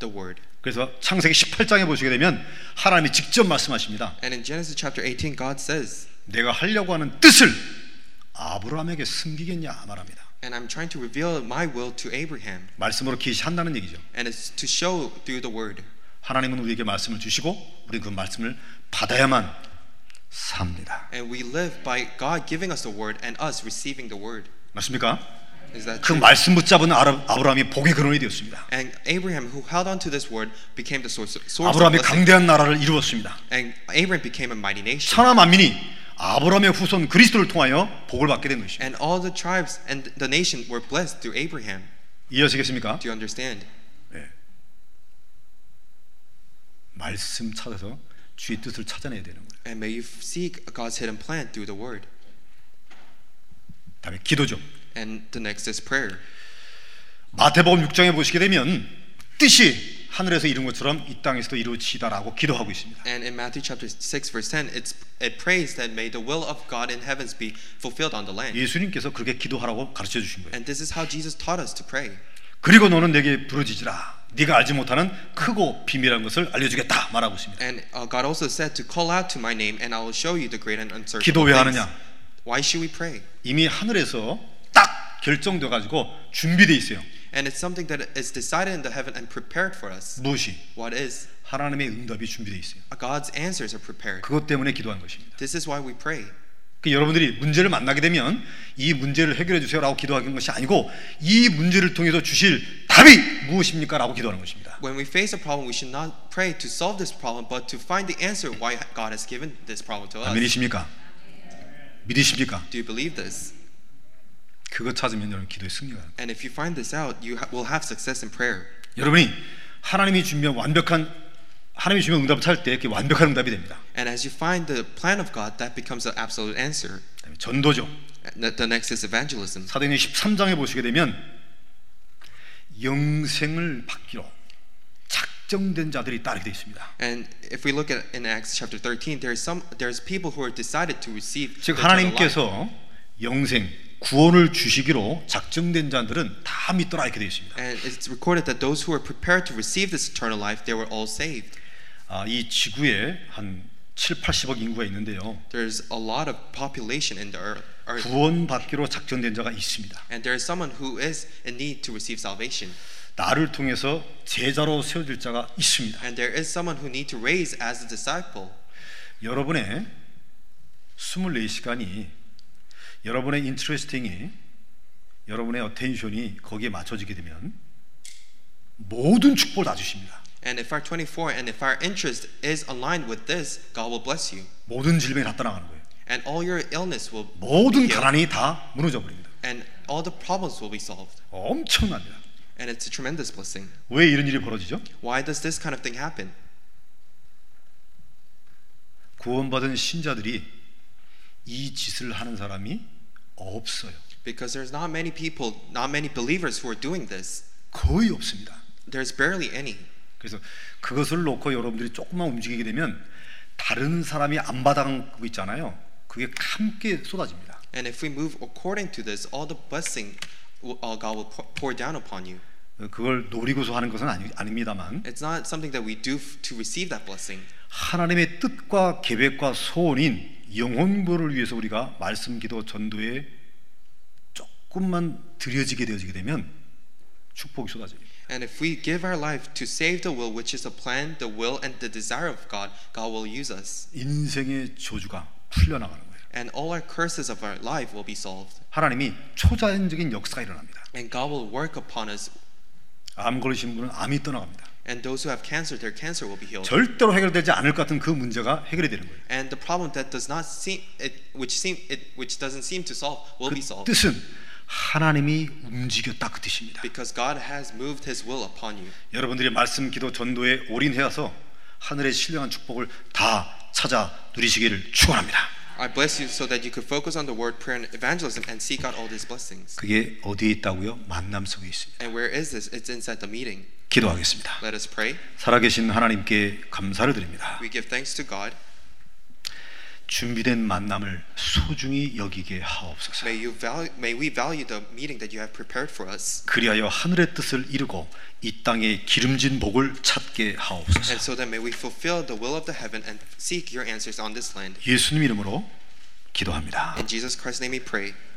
[SPEAKER 2] the word.
[SPEAKER 1] 그래서 창세기 18장에 보시게 되면 하나님이 직접 말씀하십니다.
[SPEAKER 2] And in Genesis chapter 18, God says,
[SPEAKER 1] 내가 하려고 하는 뜻을 아브라함에게 숨기겠냐 말합니다.
[SPEAKER 2] And I'm trying to reveal my will to Abraham.
[SPEAKER 1] 말씀으로 계시한다는 얘기죠.
[SPEAKER 2] And it's to show through the word.
[SPEAKER 1] 하나님은 우리에게 말씀을 주시고 우리는 그 말씀을 받아야만 삽니다.
[SPEAKER 2] And we live by God giving us the word and us receiving the word.
[SPEAKER 1] 맞습니까?
[SPEAKER 2] Is that
[SPEAKER 1] 그
[SPEAKER 2] true?
[SPEAKER 1] 말씀 붙잡은 아라- 아브라함이 복의 근원이 되었습니다.
[SPEAKER 2] And Abraham, who held on to this word, became the source, source of
[SPEAKER 1] 아브라함이
[SPEAKER 2] blessing.
[SPEAKER 1] 강대한 나라를 이루었습니다.
[SPEAKER 2] And Abraham became a mighty nation.
[SPEAKER 1] 천하 만민이 아브라함의 후손 그리스도를 통하여 복을 받게 된 것입니다.
[SPEAKER 2] And all the tribes and the nation were blessed through Abraham.
[SPEAKER 1] 이해하시겠습니까? 네.
[SPEAKER 2] Do you understand?
[SPEAKER 1] 말씀 찾아서 주의 뜻을 찾아내야 되는 거예요.
[SPEAKER 2] And may you seek God's hidden plan through the word.
[SPEAKER 1] 다음에 기도죠.
[SPEAKER 2] And the next is prayer.
[SPEAKER 1] 마태복음 6장에 보시게 되면 뜻이 하늘에서 이룬 것처럼 이 땅에서도 이루어지다라고 기도하고 있습니다.
[SPEAKER 2] And in Matthew chapter 6, verse 10, it's, it prays that may the will of God in heavens be fulfilled on the land.
[SPEAKER 1] 예수님께서 그렇게 기도하라고 가르쳐 주신 거예요.
[SPEAKER 2] And this is how Jesus taught us to pray.
[SPEAKER 1] 그리고 너는 내게 부르짖으라. 네가 알지 못하는 크고 비밀한 것을 알려주겠다 말하고 있습니다.
[SPEAKER 2] And uh, God also said to call out to my name, and I will show you the great and
[SPEAKER 1] 기도
[SPEAKER 2] unsearchable
[SPEAKER 1] 왜
[SPEAKER 2] things.
[SPEAKER 1] 하느냐?
[SPEAKER 2] Why should we pray?
[SPEAKER 1] 이미 하늘에서 딱 결정돼 가지고 준비돼 있어요.
[SPEAKER 2] And it's something that is decided in the heaven and prepared for us.
[SPEAKER 1] 무엇이
[SPEAKER 2] What is?
[SPEAKER 1] 하나님의 응답이 준비돼 있어요.
[SPEAKER 2] God's answers are prepared.
[SPEAKER 1] 그것 때문에 기도한 것입니다.
[SPEAKER 2] This is why we pray.
[SPEAKER 1] 그 여러분들이 문제를 만나게 되면 이 문제를 해결해 주세요라고 기도하는 것이 아니고 이 문제를 통해서 주실 답이 무엇입니까라고 기도하는 것입니다.
[SPEAKER 2] When we face a problem, we should not pray to solve this problem, but to find the answer why God has given this problem to us.
[SPEAKER 1] 아멘이십니까? 믿으십니까?
[SPEAKER 2] Do you believe this?
[SPEAKER 1] 그거 찾으면 여러분 기도에 승리가 나요.
[SPEAKER 2] And if you find this out, you ha- will have success in prayer.
[SPEAKER 1] 여러분이 하나님이 준비한 완벽한 하나님이 준비한 응답을 찾을 때 이렇게 완벽한 응답이 됩니다.
[SPEAKER 2] And as you find the plan of God, that becomes the absolute answer.
[SPEAKER 1] 그다음에 전도죠.
[SPEAKER 2] And The the next is evangelism.
[SPEAKER 1] 사도행전 13장에 보시게 되면 영생을 받기로 작정된 자들이 따르게 되어 있습니다.
[SPEAKER 2] And if we look at in Acts chapter 13, there's some there's people who are decided to receive the
[SPEAKER 1] 즉
[SPEAKER 2] eternal life.
[SPEAKER 1] 하나님께서 영생 구원을 주시기로 작정된 자들은 다 믿더라 이렇게 되어 있습니다.
[SPEAKER 2] And it's recorded that those who were prepared to receive this eternal life, they were all saved.
[SPEAKER 1] 아, 이 지구에 아, 한 7, 80억 인구가 있는데요.
[SPEAKER 2] There's a lot of population in the ear- earth,
[SPEAKER 1] 구원받기로 작정된 자가 있습니다.
[SPEAKER 2] and there is someone who is in need to receive salvation,
[SPEAKER 1] 나를 통해서 제자로 세워질 자가 있습니다.
[SPEAKER 2] and there is someone who need to raise as a disciple.
[SPEAKER 1] 여러분의 24시간이 여러분의 인트레스팅이 여러분의 어텐션이 거기에 맞춰지게 되면 모든 축복을 다 주십니다.
[SPEAKER 2] And if our 24 and if our interest is aligned with this, God will bless you,
[SPEAKER 1] 모든 질병이 다 떠나가는 거예요.
[SPEAKER 2] and all your illness will be
[SPEAKER 1] 모든
[SPEAKER 2] healed,
[SPEAKER 1] 가난이 다 무너져 버립니다.
[SPEAKER 2] and all the problems will be solved.
[SPEAKER 1] 엄청납니다.
[SPEAKER 2] And it's a tremendous blessing.
[SPEAKER 1] 왜 이런 일이 벌어지죠?
[SPEAKER 2] Why does this kind of thing happen?
[SPEAKER 1] 구원받은 신자들이 이 짓을 하는 사람이 없어요.
[SPEAKER 2] Because there's not many people, not many believers who are doing this.
[SPEAKER 1] 거의 없습니다.
[SPEAKER 2] There's barely any.
[SPEAKER 1] 그래서 그것을 놓고 여러분들이 조금만 움직이게 되면 다른 사람이 안 받아간 거 있잖아요. 그게 함께 쏟아집니다.
[SPEAKER 2] And if we move according to this, all the blessing will- uh, God will pour pour down upon you.
[SPEAKER 1] 그걸 노리고서 하는 것은 아니, 아닙니다만
[SPEAKER 2] It's not something that we do f- to receive that blessing.
[SPEAKER 1] 하나님의 뜻과 계획과 소원인 영혼부를 위해서 우리가 말씀 기도 전도에 조금만 들여지게 되어지게 되면 축복이 쏟아집니다.
[SPEAKER 2] And if we give our life to save the will, which is the plan, the will, and the desire of God, God will use us.
[SPEAKER 1] 인생의 저주가 풀려나가는 거예요.
[SPEAKER 2] And all our curses of our life will be solved.
[SPEAKER 1] 하나님이 초자연적인 역사가 일어납니다.
[SPEAKER 2] And God will work upon us.
[SPEAKER 1] 암 걸리신 분은 암이 떠나갑니다.
[SPEAKER 2] And those who have cancer, their cancer will be healed.
[SPEAKER 1] 절대로 해결되지 않을 것 같은 그 문제가 해결이 되는 거예요.
[SPEAKER 2] And the problem that does not seem, it, which seem, it, which doesn't seem to solve, will be solved.
[SPEAKER 1] 뜻은 하나님이 움직였다 그 뜻입니다.
[SPEAKER 2] Because God has moved His will upon you.
[SPEAKER 1] 여러분들이 말씀 기도 전도에 올인해서 하늘의 신령한 축복을 다 찾아 누리시기를 축원합니다.
[SPEAKER 2] I bless you so that you could focus on the word, prayer, and evangelism and seek out all these blessings.
[SPEAKER 1] 그게 어디에 있다고요? 만남 속에 있습니다.
[SPEAKER 2] And where is this? It's inside the meeting.
[SPEAKER 1] 기도하겠습니다.
[SPEAKER 2] Let us pray.
[SPEAKER 1] 살아계신 하나님께 감사를 드립니다.
[SPEAKER 2] We give thanks to God.
[SPEAKER 1] 준비된 만남을 소중히 여기게 하옵소서.
[SPEAKER 2] May you value, may we value the meeting that you have prepared for us,
[SPEAKER 1] 그리하여 하늘의 뜻을 이루고 이 땅의 기름진 복을 찾게 하옵소서.
[SPEAKER 2] and so that may we fulfill the will of the heaven and seek your answers on this land.
[SPEAKER 1] 예수님 이름으로 기도합니다.
[SPEAKER 2] In Jesus Christ's name, we pray.